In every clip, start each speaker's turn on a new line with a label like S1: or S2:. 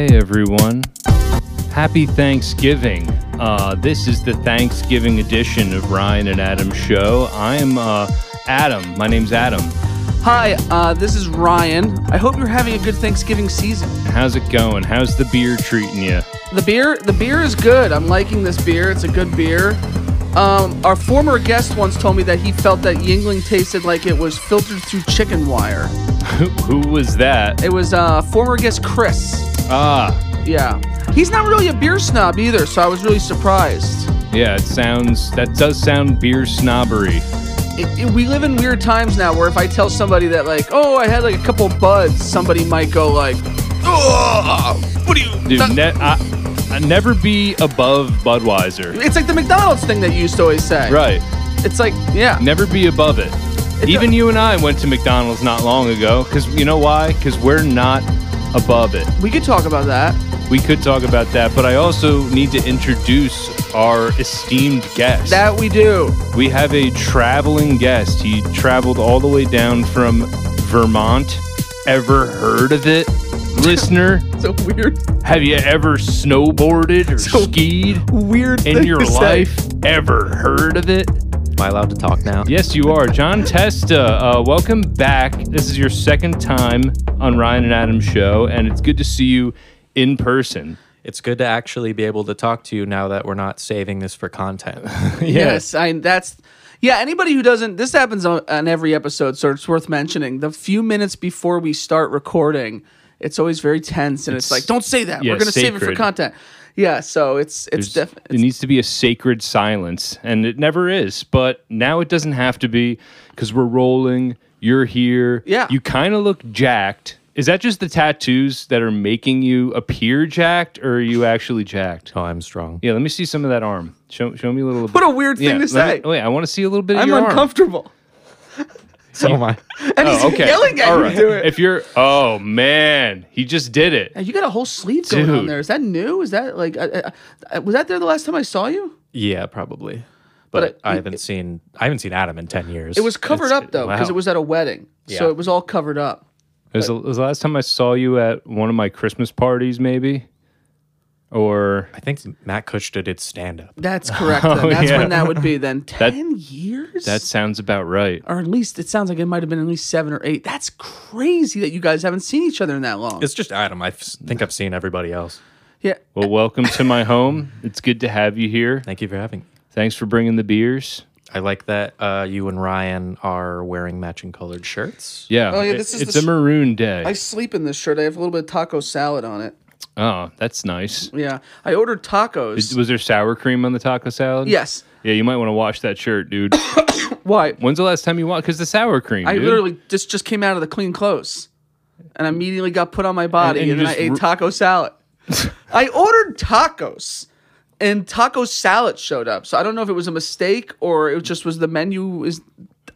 S1: Oh,
S2: everyone. Happy Thanksgiving. Uh, this is the Thanksgiving edition of Ryan and Adam's show. I'm uh, Adam. My name's Adam.
S3: Hi, uh, this is Ryan. I hope you're having a good Thanksgiving season.
S2: How's it going? How's the beer treating you?
S3: The beer, the beer is good. I'm liking this beer. It's a good beer. Um, our former guest once told me that he felt that Yingling tasted like it was filtered through chicken wire.
S2: Who was that?
S3: It was uh, former guest Chris.
S2: Ah,
S3: Yeah, he's not really a beer snob either, so I was really surprised.
S2: yeah. It sounds. That does sound beer snobbery.
S3: It, it- we live in weird times now, where if I tell somebody that like, oh, I had like a couple buds, somebody might go like, oh, what do you?
S2: Dude,
S3: that-
S2: ne- I, I never be above Budweiser.
S3: It's like the McDonald's thing that you used to always say.
S2: Right.
S3: It's like, yeah.
S2: Never be above it.
S3: It
S2: Even
S3: do-
S2: you and I went to McDonald's not long ago because you know why? Because we're not above it.
S3: We could talk about that.
S2: We could talk about that, but I also need to introduce our esteemed guest.
S3: That we do.
S2: we have a traveling guest. He traveled all the way down from Vermont. Ever heard of it? Listener,
S3: So weird.
S2: have you ever snowboarded or
S3: So-
S2: skied
S3: Weird.
S2: in
S3: thing
S2: your
S3: to say.
S2: life? Ever heard of it?
S4: Am I allowed to talk now?
S2: Yes, you are. John Testa, uh, welcome back. This is your second time on Ryan and Adam's show, and it's good to see you in person.
S4: It's good to actually be able to talk to you now that we're not saving this for content.
S3: Yes. I. That's. Yeah. Anybody who doesn't. This happens on, on every episode, so it's worth mentioning. The few minutes before we start recording, it's always very tense, and it's,
S2: It's-
S3: like, don't say that.
S2: yeah,
S3: We're gonna save it for
S2: sacred.
S3: content. Yeah. So it's it's
S2: There's-
S3: definitely.
S2: It needs to be a sacred silence, and it never is. But now it doesn't have to be because we're rolling. You're here.
S3: Yeah.
S2: You kind of look jacked. Is that just the tattoos that are making you appear jacked, or are you actually jacked?
S4: Oh, I'm strong.
S2: Yeah, let me see some of that arm. Show, show me a little bit.
S3: What a weird thing
S2: Yeah,
S3: to
S2: let me-
S3: say.
S2: wait, I want to see a little bit of
S3: I'm
S2: your arm.
S3: uncomfortable.
S4: So am I.
S3: And he's
S2: Oh, okay.
S3: yelling at
S2: All
S3: you
S2: right.
S3: to do it.
S2: If you're, oh man, he just did it.
S3: Hey, you got a whole sleeve going on
S2: Dude.
S3: there. Is that new? Is that like, I, I, I- was that there the last time I saw you?
S4: Yeah, probably.
S3: But
S4: But, uh,
S3: it-
S4: I haven't seen I haven't seen Adam in ten years.
S3: It was covered up though because
S4: wow.
S3: it was at a wedding, so
S4: Yeah.
S3: it was all covered up.
S2: It was, the- it was the last time I saw you at one of my Christmas parties, maybe, or
S4: I think Matt Kuchta did stand up.
S3: That's correct. Then. That's
S2: Oh, yeah.
S3: when that would be then. Ten years.
S2: that sounds about right.
S3: or at least it sounds like it might have been at least seven or eight. That's crazy that you guys haven't seen each other in that long.
S4: It's just Adam. I f- think I've seen everybody else.
S3: yeah.
S2: Well, welcome to my home. It's good to have you here.
S4: Thank you for having me.
S2: Thanks for bringing the beers.
S4: I like that uh, you and Ryan are wearing matching colored shirts.
S2: Yeah.
S3: Oh, yeah,
S2: it-
S3: this is
S2: it's
S3: the
S2: a
S3: sh-
S2: maroon day.
S3: I sleep in this shirt. I have a little bit of taco salad on it.
S2: oh, that's nice.
S3: Yeah, I ordered tacos.
S2: Was there sour cream on the taco salad?
S3: yes.
S2: Yeah, you might want to wash that shirt, dude.
S3: Why?
S2: When's the last time you washed? Because the sour cream.
S3: I
S2: dude.
S3: literally just just came out of the clean clothes, and immediately got put on my body,
S2: And-
S3: and,
S2: and you
S3: then I ate
S2: just
S3: taco salad. I ordered tacos, and taco salad showed up. So I don't know if it was a mistake or it just was the menu is.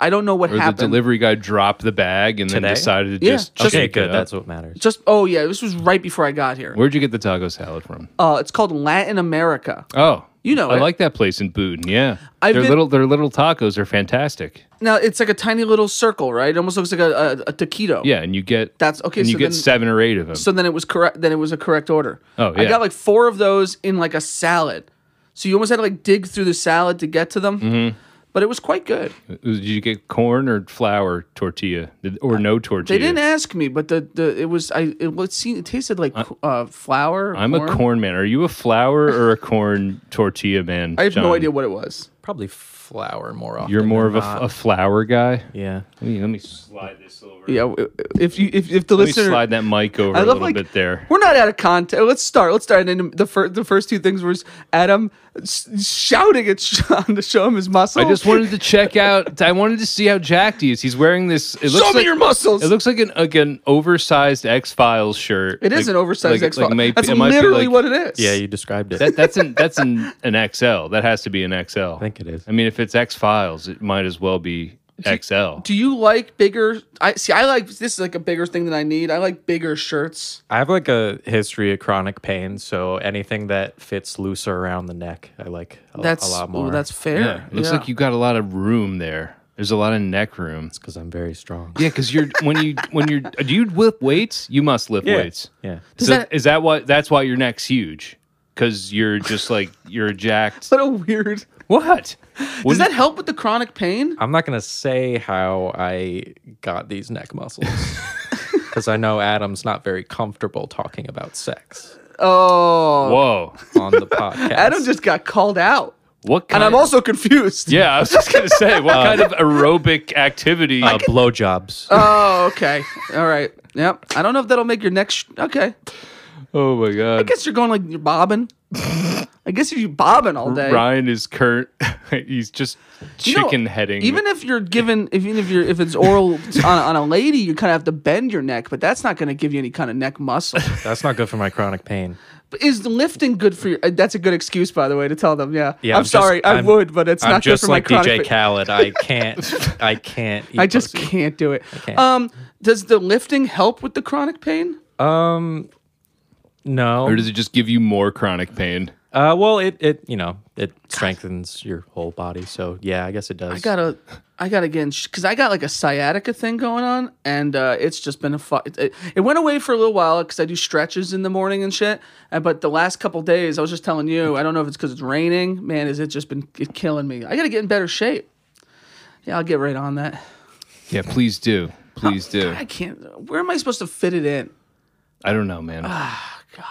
S3: I don't know what
S2: Or the
S3: happened.
S2: delivery guy dropped the bag and then
S4: Today?
S2: decided to
S3: Yeah,
S2: just
S3: just-
S4: Okay,
S2: pick it
S4: good.
S2: up.
S4: That's what matters.
S3: just oh yeah, this was right before I got here.
S2: Where'd you get the taco salad from?
S3: Uh, it's called Latin America.
S2: Oh,
S3: You know
S2: I
S3: it.
S2: like that place in Booton. Yeah,
S3: I've
S2: their
S3: been-
S2: little their little tacos are fantastic.
S3: Now it's like a tiny little circle, right? It almost looks like a, a, a taquito.
S2: Yeah, and you get
S3: That's- okay,
S2: And you
S3: so
S2: get
S3: then-
S2: seven or eight of them.
S3: So then it was correct. Then it was a correct order.
S2: Oh,
S3: I
S2: yeah.
S3: got like four of those in like a salad. So you almost had to like dig through the salad to get to them.
S2: Mm-hmm.
S3: But it was quite good.
S2: Uh, Did you get corn or flour tortilla Did- or no
S3: They
S2: tortilla?
S3: didn't ask me, but the, the it was I it was seen it tasted like uh, flour.
S2: I'm a corn man. Are you a flour or a corn tortilla man?
S3: I have
S2: John?
S3: no idea what it was.
S4: Probably flour more often.
S2: You're more of
S4: than
S2: a,
S4: not.
S2: a flour guy.
S4: yeah.
S2: Let me, let me slide this over.
S3: Yeah, w- if you if, if the
S2: Let me
S3: listener
S2: slide that mic over a
S3: I love
S2: little
S3: like
S2: bit there.
S3: We're not out of content. Let's start. Let's start. And then the first the first two things was Adam s- shouting at Sean to show him his muscle.
S2: I just wanted to check out. I wanted to see how jacked he is. He's wearing this. It looks
S3: show me
S2: like,
S3: your muscles.
S2: It looks like an like an oversized X Files shirt.
S3: It is
S2: Like-
S3: an oversized
S2: like-
S3: X File.
S2: like may-
S3: That's
S2: it might be
S3: literally
S2: like-
S3: what it is.
S4: Yeah, you described it.
S2: That, that's an that's an an XL. That has to be an XL. I
S4: think it is.
S2: I mean, if it's X Files, it might as well be XL.
S3: Do you like bigger? I see. I like this is like a bigger thing than I need. I like bigger shirts.
S4: I have like a history of chronic pain, so anything that fits looser around the neck, I like a,
S3: That's
S4: a lot more.
S3: Ooh, that's fair.
S2: yeah, looks like you got a lot of room there. There's a lot of neck room.
S4: It's because I'm very strong.
S2: Yeah, because you're when you when you're do you lift weights? You must lift
S4: Yeah.
S2: weights.
S4: Yeah.
S2: So Is
S3: that-
S2: that why that's why your neck's huge? Because you're just like you're jacked.
S3: What a weird.
S2: What?
S3: Does
S2: Wouldn't-
S3: that help with the chronic pain?
S4: I'm not gonna say how I got these neck muscles because I know Adam's not very comfortable talking about sex
S3: Oh,
S2: Whoa!
S4: on the podcast.
S3: Adam just got called out,
S2: What kind?
S3: and I'm also confused.
S2: yeah, I was just gonna say, what
S3: Uh,
S2: kind of aerobic activity?
S4: uh, blowjobs.
S3: Oh, okay. All right. Yep. I don't know if that'll make your next. Sh- okay.
S2: oh my
S3: I
S2: god!
S3: guess you're going like you're bobbing. I guess if you're bobbing all day.
S2: Ryan is current. He's just
S3: You know,
S2: chicken heading.
S3: Even if you're given, if- even if you're, if it's oral on, on a lady, you kind of have to bend your neck, but that's not going to give you any kind of neck muscle.
S4: That's not good for my chronic pain.
S3: But is lifting good for your? uh, That's a good excuse, by the way, to tell them. Yeah.
S4: Yeah,
S3: I'm,
S4: I'm just-
S3: sorry. I
S4: I'm-
S3: would, but it's
S4: I'm
S3: not
S4: just
S3: good for
S4: like
S3: my chronic.
S4: DJ
S3: fa-
S4: Khaled. I can't. I can't. Eat
S3: I just
S4: pussy.
S3: can't do it.
S4: can't.
S3: Um, does the lifting help with the chronic pain?
S4: Um. No.
S2: or does it just give you more chronic pain?
S4: Uh, well, it it you know it strengthens your whole body, so yeah, I guess it does.
S3: I gotta, I gotta get in because I got like a sciatica thing going on, and uh, it's just been a fu- it, it, it went away for a little while because I do stretches in the morning and shit. Uh, but the last couple days, I was just telling you, I don't know if it's because it's raining. Man, is it just been it killing me? I gotta get in better shape. Yeah, I'll get right on that.
S2: Yeah, please do, please do.
S3: I can't. Where am I supposed to fit it in?
S2: I don't know, man.
S3: Ah. God.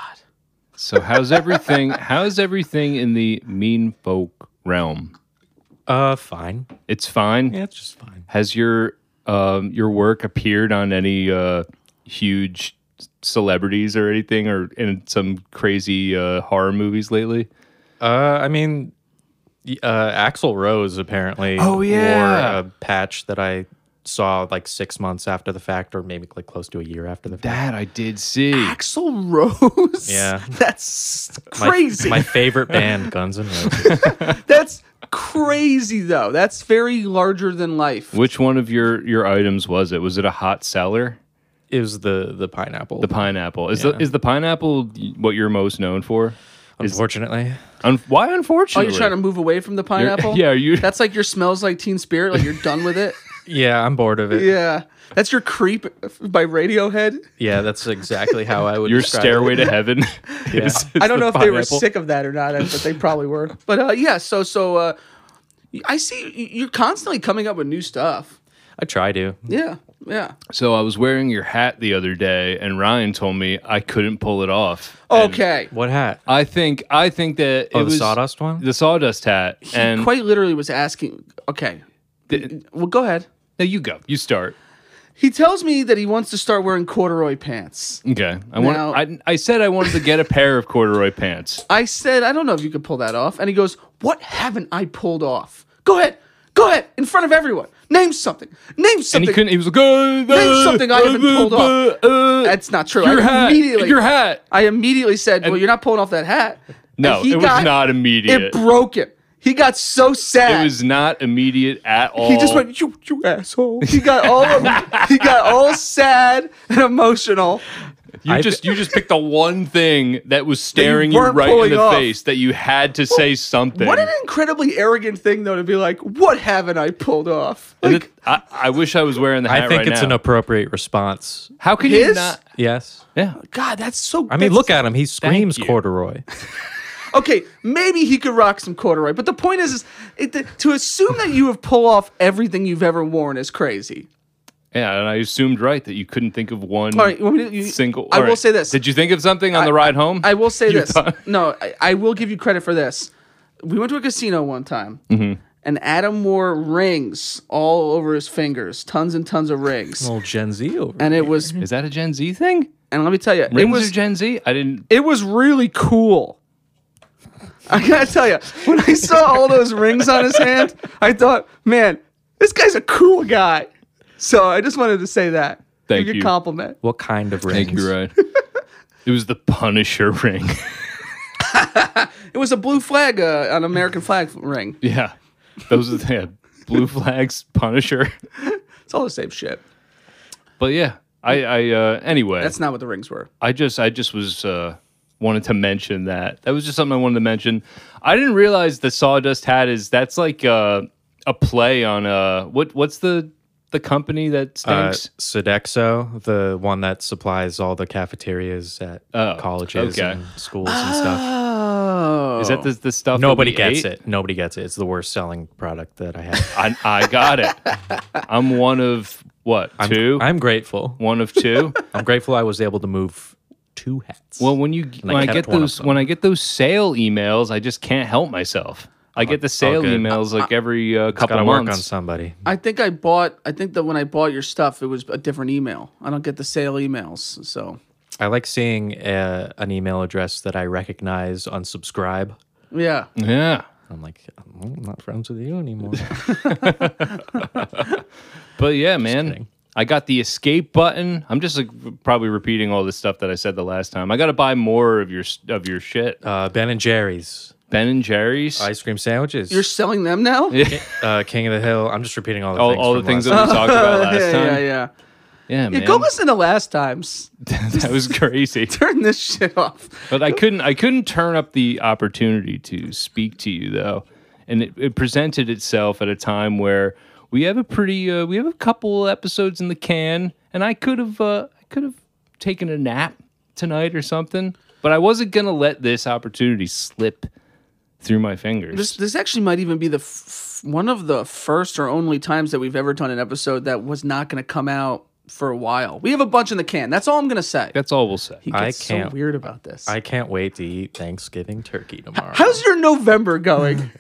S2: So how's everything? How's everything in the mean folk realm?
S4: Uh, fine.
S2: It's fine.
S4: Yeah, it's just fine.
S2: Has your um, your work appeared on any uh, huge celebrities or anything, or in some crazy uh, horror movies lately?
S4: Uh, I mean, y- uh, Axel Rose apparently.
S2: Oh, yeah.
S4: wore a patch that I saw like six months after the fact, or maybe like close to a year after the fact.
S2: That I did see.
S3: Axel Rose.
S4: Yeah.
S3: That's
S4: My-
S3: crazy.
S4: My, favorite band, Guns N' Roses.
S3: That's crazy though. That's very larger than life.
S2: Which one of your your items was it? Was it a hot seller?
S4: is the the pineapple.
S2: The pineapple is the is the pineapple what you're most known for?
S4: unfortunately,
S2: Un- why
S3: Oh,
S2: unfortunately?
S3: you're trying to move away from the pineapple?
S2: yeah, are you-
S3: That's like your smells like Teen Spirit. Like you're done with it.
S4: yeah, I'm bored of it. Yeah,
S3: Yeah, that's your creep by Radiohead.
S4: that's exactly how I would.
S2: your
S4: describe
S2: stairway
S4: It.
S2: to heaven.
S4: Yeah.
S2: is- is
S3: I
S2: the
S3: don't know if they were
S2: pineapple.
S3: sick of that or not, uh, but they probably were. But uh, yeah, so so uh, I see y- you're constantly coming up with new stuff.
S4: I try to.
S3: Yeah, yeah.
S2: So I was wearing your hat the other day, and Ryan told me I couldn't pull it off. And
S3: Okay,
S4: What hat?
S2: I think I think that
S4: Oh,
S2: it
S4: the
S2: was
S4: sawdust one.
S2: the sawdust hat, and
S3: he quite literally was asking. Okay,
S2: th-
S3: well go ahead.
S2: no, you go, you start.
S3: He tells me that he wants to start wearing corduroy pants.
S2: Okay, I want.
S3: Now-
S2: I, I said I wanted to get a pair of corduroy pants.
S3: I said, I don't know if you could pull that off. And he goes, What haven't I pulled off? Go ahead. Go ahead. In front of everyone. Name something. Name
S2: And
S3: something.
S2: he couldn't. He was like, uh,
S3: There's something I haven't pulled off.
S2: uh,
S3: That's not true.
S2: Your
S3: I
S2: hat.
S3: immediately
S2: Your hat.
S3: I immediately said, Well, you're not pulling off that hat.
S2: No,
S3: And he
S2: it was
S3: got-
S2: not
S3: It
S2: immediate. It,
S3: broke him. He got so sad.
S2: was not immediate at all.
S3: he just went, you, you asshole. He got all he got all sad and emotional.
S2: You
S4: I-
S2: just you just picked the one thing that was staring you
S3: weren't
S2: right in
S3: pulling
S2: the
S3: off.
S2: face that you had to say something.
S3: What an incredibly arrogant thing though to be like, what haven't I pulled off?
S2: And
S3: Like,
S2: it- I, I wish I was wearing the hat
S4: I think
S2: right
S4: it's
S2: now.
S4: an appropriate response.
S2: How can you
S3: His?
S2: not?
S4: Yes.
S2: Yeah.
S3: God, that's so
S4: I mean,
S3: that's
S4: look at him. He screams
S2: you.
S4: corduroy.
S3: Okay, maybe he could rock some corduroy, but the point is, is it, to assume that you have pulled off everything you've ever worn is crazy.
S2: Yeah, and I assumed right that you couldn't think of one
S3: All right, you want me to- you-
S2: single.
S3: I
S2: all
S3: will
S2: right.
S3: say this.
S2: Did you think of something on the ride home?
S3: I will say
S2: You
S3: this.
S2: thought-
S3: No, I, I will give you credit for this. We went to a casino one time,
S2: Mm-hmm.
S3: and Adam wore rings all over his fingers, tons and tons of rings,
S4: Little Gen Z over.
S3: and it was.
S2: Is that a Gen Z thing?
S3: And let me tell you, it
S2: Rings
S3: was
S2: are Gen Z? I didn't.
S3: it was really cool. I gotta tell you, when I saw all those rings on his hand, I thought, man, this guy's a cool guy. So I just wanted to say that.
S2: Thank
S3: Big
S2: you.
S3: compliment.
S4: what kind of rings?
S2: Thank you, Ryan. it was the Punisher ring.
S3: It was a blue flag, uh, an American flag ring.
S2: yeah, those are the yeah, blue flags, Punisher.
S3: It's all the same shit.
S2: But yeah, I. I uh, anyway,
S3: That's not what the rings were.
S2: I just I just was uh, wanted to mention that. That was just something I wanted to mention. I didn't realize the sawdust hat is that's like uh, a play on uh what what's the the company that
S4: Uh,
S2: stinks?
S4: Sodexo, the one that supplies all the cafeterias at
S2: Oh,
S4: colleges
S2: okay.
S4: and schools and stuff.
S3: Oh,
S2: Is that the, the stuff that
S4: Nobody
S2: we
S4: gets
S2: ate?
S4: it. Nobody gets it. It's the worst selling product that I have.
S2: I, I got it. I'm one of what
S4: I'm,
S2: two?
S4: I'm grateful.
S2: one of two.
S4: I'm grateful I was able to move two hats.
S2: Well, when you
S4: I
S2: when I,
S4: kept
S2: get
S4: one of
S2: those
S4: them.
S2: when I get those sale emails, I just can't help myself. I get the sale
S4: good.
S2: emails like every uh, couple
S4: gotta
S2: of
S4: work
S2: months.
S4: on somebody.
S3: I think I bought. I think that when I bought your stuff, it was a different email. I don't get the sale emails, so
S4: I like seeing uh, an email address that I recognize unsubscribe.
S3: yeah.
S2: Yeah,
S4: I'm like, I'm not friends with you anymore.
S2: but yeah, man,
S4: kidding.
S2: I got the escape button. I'm just like probably repeating all the stuff that I said the last time. I got to buy more of your s- of your shit.
S4: uh, ben and Jerry's
S2: Ben and Jerry's.
S4: ice cream sandwiches.
S3: You're selling them now? Yeah,
S4: uh, King of the Hill. I'm just repeating all the
S2: all,
S4: things.
S2: all the
S4: from
S2: things
S4: last
S2: that we talked about last
S3: yeah,
S2: time.
S3: yeah,
S2: Yeah,
S3: yeah.
S2: man,
S3: Go listen to last time's.
S2: that was crazy.
S3: Turn this shit off.
S2: But I couldn't I couldn't turn up the opportunity to speak to you though, and it, it presented itself at a time where we have a pretty uh, we have a couple episodes in the can, and I could have uh, I could have taken a nap tonight or something, but I wasn't gonna let this opportunity slip through my fingers.
S3: This this actually might even be the f- one of the first or only times that we've ever done an episode that was not going to come out for a while. We have a bunch in the can. That's all I'm going to say.
S2: That's all we'll say.
S3: He
S4: I
S3: gets
S4: can't-
S3: so weird about this.
S4: I can't wait to eat Thanksgiving turkey tomorrow.
S3: How's your November going?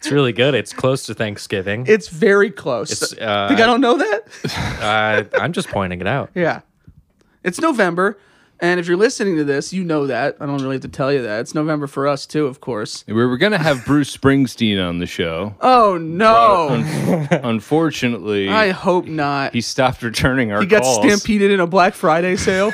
S4: it's really good. It's close to Thanksgiving.
S3: it's very close.
S4: It's, uh,
S3: Think I don't know that?
S4: uh, I'm just pointing it out.
S3: yeah. It's November. And if you're listening to this, you know that. I don't really have to tell you that. It's November for us, too, of course.
S2: We were gonna have Bruce Springsteen on the show.
S3: Oh, no.
S2: Unfortunately,
S3: I
S4: um,
S3: hope not.
S2: he stopped returning our
S3: He got
S2: calls.
S3: stampeded in a Black Friday sale.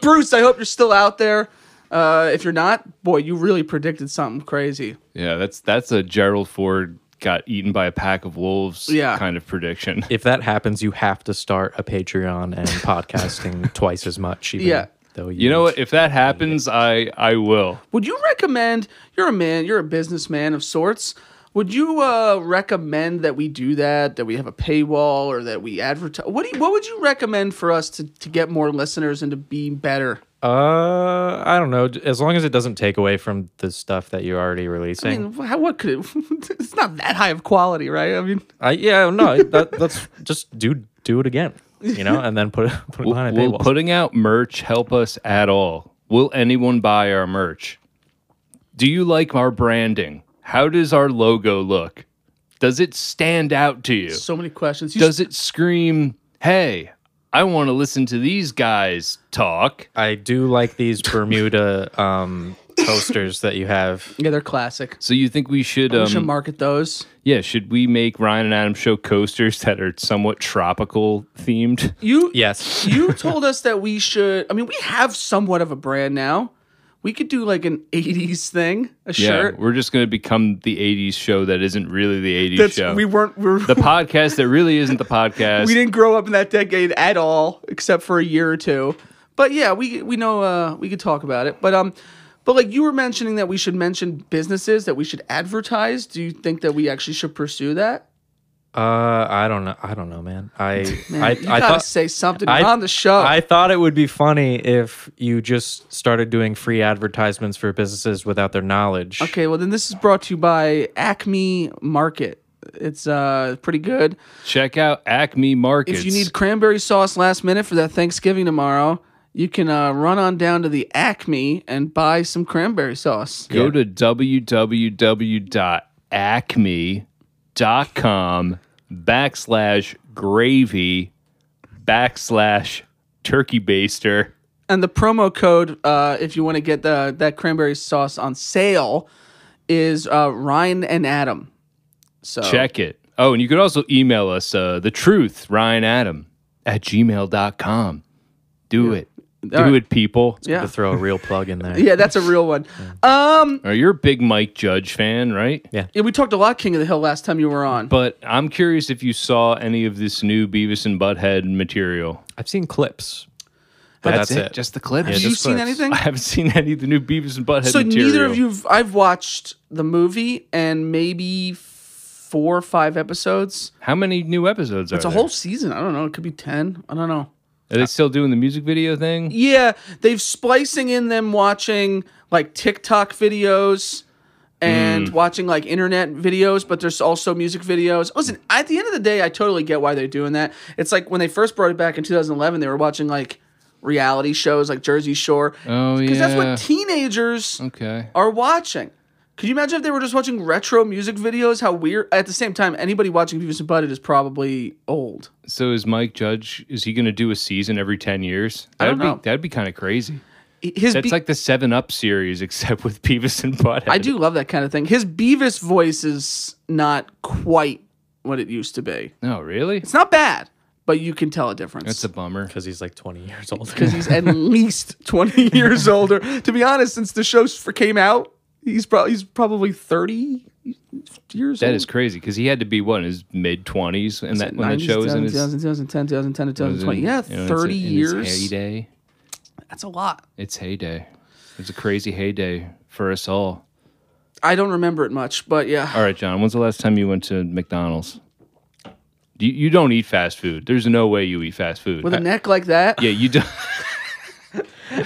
S3: Bruce, I hope you're still out there. Uh, if you're not, boy, you really predicted something crazy.
S2: Yeah, that's that's a Gerald Ford got eaten by a pack of wolves
S3: Yeah.
S2: kind of prediction.
S4: If that happens, you have to start a Patreon and podcasting twice as much. Even
S3: Yeah.
S4: Though
S2: You know what? If that happens, I I will.
S3: Would you recommend? You're a man. You're a businessman of sorts. Would you uh, recommend that we do that? That we have a paywall or that we advertise? What do you, What would you recommend for us to, to get more listeners and to be better?
S4: Uh, I don't know. As long as it doesn't take away from the stuff that you're already releasing.
S3: I mean, how, what could it? it's not that high of quality, right? I mean,
S4: I yeah, no, that, that's just do do it again, you know, and then put it put it behind a
S2: Will
S4: paywall.
S2: putting out merch help us at all? Will anyone buy our merch? Do you like our branding? How does our logo look? Does it stand out to you?
S3: so many questions. You
S2: Does it scream, "Hey, I want to listen to these guys talk"?
S4: I do like these Bermuda um posters that you have.
S3: yeah, they're classic.
S2: So you think we should
S3: we should
S2: um,
S3: market those.
S2: Yeah, should we make Ryan and Adam show coasters that are somewhat tropical themed?
S3: You
S4: Yes.
S3: you told us that we should. I mean, we have somewhat of a brand now. We could do like an '80s thing, a shirt.
S2: Yeah, we're just going to become the 80s show that isn't really the 80s
S3: That's
S2: show.
S3: we weren't. We, were,
S2: the podcast that really isn't the podcast.
S3: we didn't grow up in that decade at all, except for a year or two. But yeah, we we know uh, we could talk about it. But um, but like you were mentioning that we should mention businesses that we should advertise. Do you think that we actually should pursue that?
S4: Uh, I don't know. I don't know, man. I
S3: Man,
S4: I,
S3: you gotta
S4: I thought
S3: say something
S4: I-
S3: You're on the show.
S4: I thought it would be funny if you just started doing free advertisements for businesses without their knowledge.
S3: Okay, well then this is brought to you by Acme Market. It's uh pretty good.
S2: Check out Acme Markets.
S3: If you need cranberry sauce last minute for that Thanksgiving tomorrow, you can uh, run on down to the Acme and buy some cranberry sauce.
S2: go to www.acme.com backslash gravy backslash turkey baster.
S3: And the promo code, uh, if you want to get the, that cranberry sauce on sale, is uh, Ryan and Adam. So
S2: Check it. Oh, and you could also email us uh, the truth, Ryan Adam at gmail.com. Do it. Do
S3: right.
S2: it, people.
S3: yeah,
S4: To throw a real plug in there.
S3: yeah, that's a real one. Um,
S2: Or you're a big Mike Judge fan, right?
S3: yeah, we talked a lot King of the Hill last time you were on.
S2: But I'm curious if you saw any of this new Beavis and Butthead material.
S4: I've seen clips. But that's, it.
S2: Just the clips.
S4: Yeah,
S3: Have you
S4: just
S3: seen
S4: clips.
S3: anything?
S2: I haven't seen any of the new Beavis and Butthead.
S3: So
S2: material.
S3: neither of you've. I've watched the movie and maybe four or five episodes.
S2: How many new episodes are
S3: It's a
S2: there?
S3: whole season. I don't know. It could be ten. I don't know.
S2: Are they still doing the music video thing?
S3: Yeah, they've splicing in them watching like TikTok videos and
S2: Mm.
S3: watching like internet videos, but there's also music videos. Listen, at the end of the day, I totally get why they're doing that. It's like when they first brought it back in 2011, they were watching like reality shows like Jersey Shore
S2: Oh yeah. Mm.
S3: because that's what teenagers
S2: okay.
S3: are watching. Could you imagine if they were just watching retro music videos? How weird! At the same time, anybody watching Beavis and Butthead is probably old.
S2: So is Mike Judge? Is he going to do a season every ten years? That'd
S3: I don't
S2: be
S3: know.
S2: that'd be kind of crazy.
S3: His
S2: That's
S3: be-
S2: like the Seven Up series, except with Beavis and Butthead.
S3: I do love that kind of thing. His Beavis voice is not quite what it used to be.
S2: No, really?
S3: It's not bad, but you can tell a difference.
S2: That's a bummer.
S4: Because he's like 20 years old.
S3: because he's at least 20 years older. To be honest, since the show for came out, he's probably he's probably 30 years
S2: That
S3: old.
S2: is crazy because he had to be what in his mid twenties, and that when the show was in his
S3: 2010, 2010 to
S2: was in,
S3: 2020. Yeah,
S2: you know, it's
S3: 30
S2: in its
S3: years.
S2: heyday.
S3: That's a lot.
S2: It's heyday. It's a crazy heyday for us all.
S3: I don't remember it much, but yeah.
S2: All right, John. When's the last time you went to McDonald's? You, you don't eat fast food. There's no way you eat fast food.
S3: With a neck like that,
S2: yeah, you don't.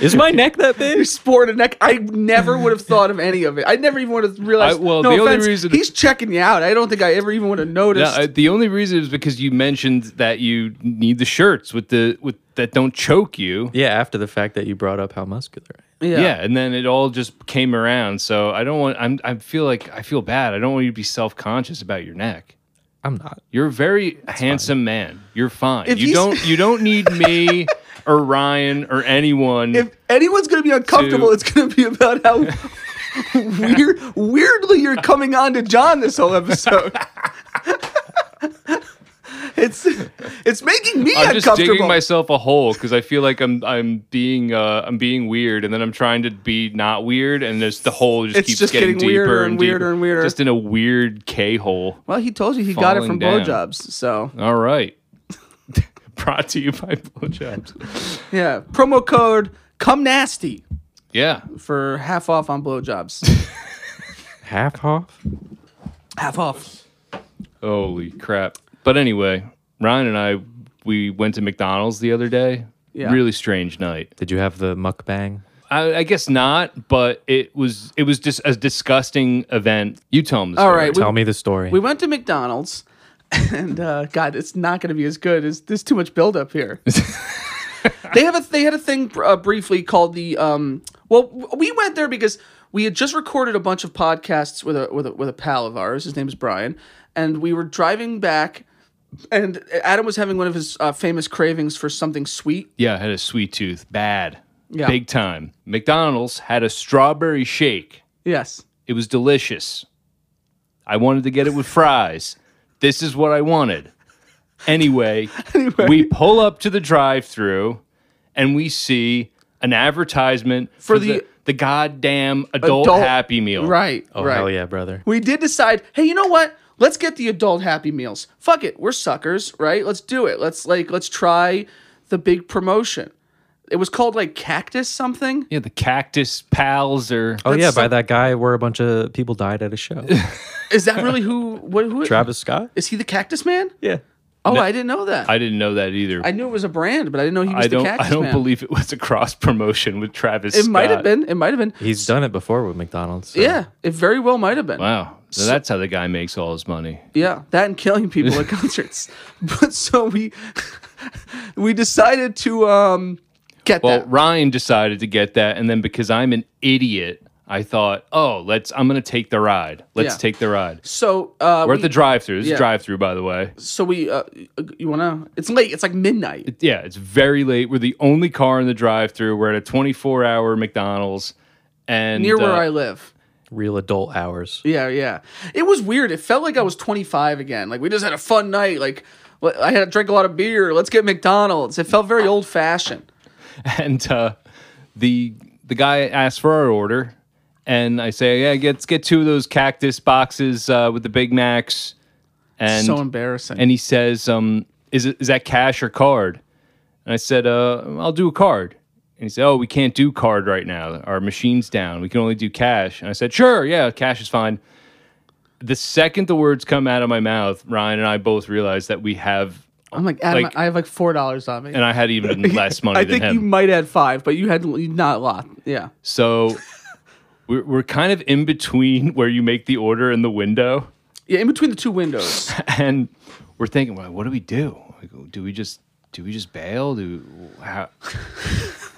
S4: Is my neck that
S3: you
S4: big?
S3: sport a neck. I never would have thought of any of it. I never even would have realized.
S2: I- well,
S3: no
S2: the only
S3: offense,
S2: reason-
S3: he's checking you out. I don't think I ever even would have
S2: No,
S3: noticed.
S2: I- the only reason is because you mentioned that you need the shirts with the with that don't choke you.
S4: Yeah, after the fact that you brought up how muscular I am.
S2: Yeah. and then it all just came around. So I don't want. I'm. I feel like I feel bad. I don't want you to be self conscious about your neck.
S4: I'm not.
S2: You're a very handsome man. You're fine.
S3: If
S2: you
S3: he's-
S2: don't. You don't need me or Ryan or anyone.
S3: If anyone's gonna be uncomfortable,
S2: Two.
S3: it's gonna be about how weird, weirdly you're coming on to John this whole episode. it's it's making me
S2: I'm just
S3: uncomfortable.
S2: digging myself a hole because I feel like I'm I'm being uh, I'm being weird, and then I'm trying to be not weird, and there's the hole just
S3: It's
S2: keeps
S3: just
S2: getting,
S3: getting
S2: deeper
S3: weirder and weirder
S2: deeper,
S3: and weirder.
S2: just in a weird K hole.
S3: well, he told you he got it
S2: Falling
S3: from
S2: down. Uh.
S3: blowjobs, so
S2: All right, brought to you by blowjobs.
S3: yeah. Promo code come nasty
S2: Yeah,
S3: for half off on blowjobs.
S4: Half off?
S3: half off.
S2: holy crap. But anyway, Ryan and I we went to McDonald's the other day.
S3: Yeah.
S2: Really strange night.
S4: Did you have the mukbang?
S2: I, I guess not, but it was it was just a disgusting event. You tell him. The
S3: All
S2: story.
S3: right, we-
S4: Tell me the story.
S3: We went to McDonald's, and uh, God, it's not going to be as good. As, there's too much buildup here. they have a they had a thing uh, briefly called the um. Well, w- we went there because we had just recorded a bunch of podcasts with a with a, with a pal of ours. His name is Brian, and we were driving back. And Adam was having one of his uh, famous cravings for something sweet.
S2: Yeah, I had a sweet tooth. Bad.
S3: Yeah.
S2: Big time. McDonald's had a strawberry shake.
S3: Yes.
S2: It was delicious. I wanted to get it with fries. This is what I wanted. Anyway, we pull up to the drive through and we see an advertisement for,
S3: the-
S2: the, the, goddamn adult,
S3: Adult-
S2: Happy Meal.
S3: Right.
S4: oh,
S3: right.
S4: hell yeah, brother.
S3: we did decide, hey, you know what? Let's get the adult happy meals. Fuck it, we're suckers, right? Let's do it. Let's like let's try the big promotion. It was called like cactus something.
S2: Yeah, the Cactus Pals or.
S4: Oh, yeah,
S3: That's
S4: by
S3: some-
S4: that guy where a bunch of people died at a show.
S3: Is that really who? What? Who?
S4: Travis Scott?
S3: Is he the Cactus Man?
S4: Yeah.
S3: Oh, I didn't know that. I,
S2: I didn't know that either. I,
S3: knew it was a brand, but I didn't know he was
S2: don't.
S3: the Cactus
S2: I don't
S3: Man.
S2: believe it was a cross promotion with Travis.
S3: it might have
S2: Scott.
S3: been. It might have been.
S4: He's done it before with McDonald's. so-
S3: Yeah, it very well might have been.
S2: Wow. So, that's how the guy makes all his money.
S3: Yeah, that and killing people at concerts. But so we we decided to um get
S2: Well,
S3: that.
S2: Ryan decided to get that, and then because I'm an idiot, I thought, oh, let's. I'm gonna take the ride. Let's
S3: Yeah.
S2: take the ride.
S3: So uh,
S2: We're
S3: we-
S2: at the drive-through. It's
S3: yeah.
S2: a drive-through, by the way.
S3: So we, uh, you wanna? It's late. It's like midnight.
S2: Yeah, it's very late. We're the only car in the drive-through. We're at a 24-hour McDonald's, and
S3: Near where
S2: uh,
S3: I live.
S4: Real adult hours.
S3: Yeah, yeah. It was weird. It felt like I was 25 again. Like we just had a fun night. Like l- I had drank a lot of beer. Let's get McDonald's. It felt very old fashioned.
S2: and uh, the the guy asked for our order, and I say, yeah, get- let's get two of those cactus boxes uh, with the Big Macs, and
S3: So embarrassing.
S2: and he says, um, is, it, is that cash or card? And I said, uh, I'll do a card. And he said, "Oh, we can't do card right now. Our machine's down. We can only do cash." And I said, "Sure, yeah, cash is fine." The second the words come out of my mouth, Ryan and I both realized that we have,
S3: I'm like, Adam,
S2: Like-
S3: I have like four dollars on me.
S2: and I had even less money
S3: I
S2: than
S3: think
S2: him.
S3: you might add five, but you had you not a lot. Yeah.
S2: So we're, we're kind of in between where you make the order and the window.
S3: Yeah, in between the two windows.
S2: And we're thinking, well, what do we do? Like, do we just do we just bail? Do how,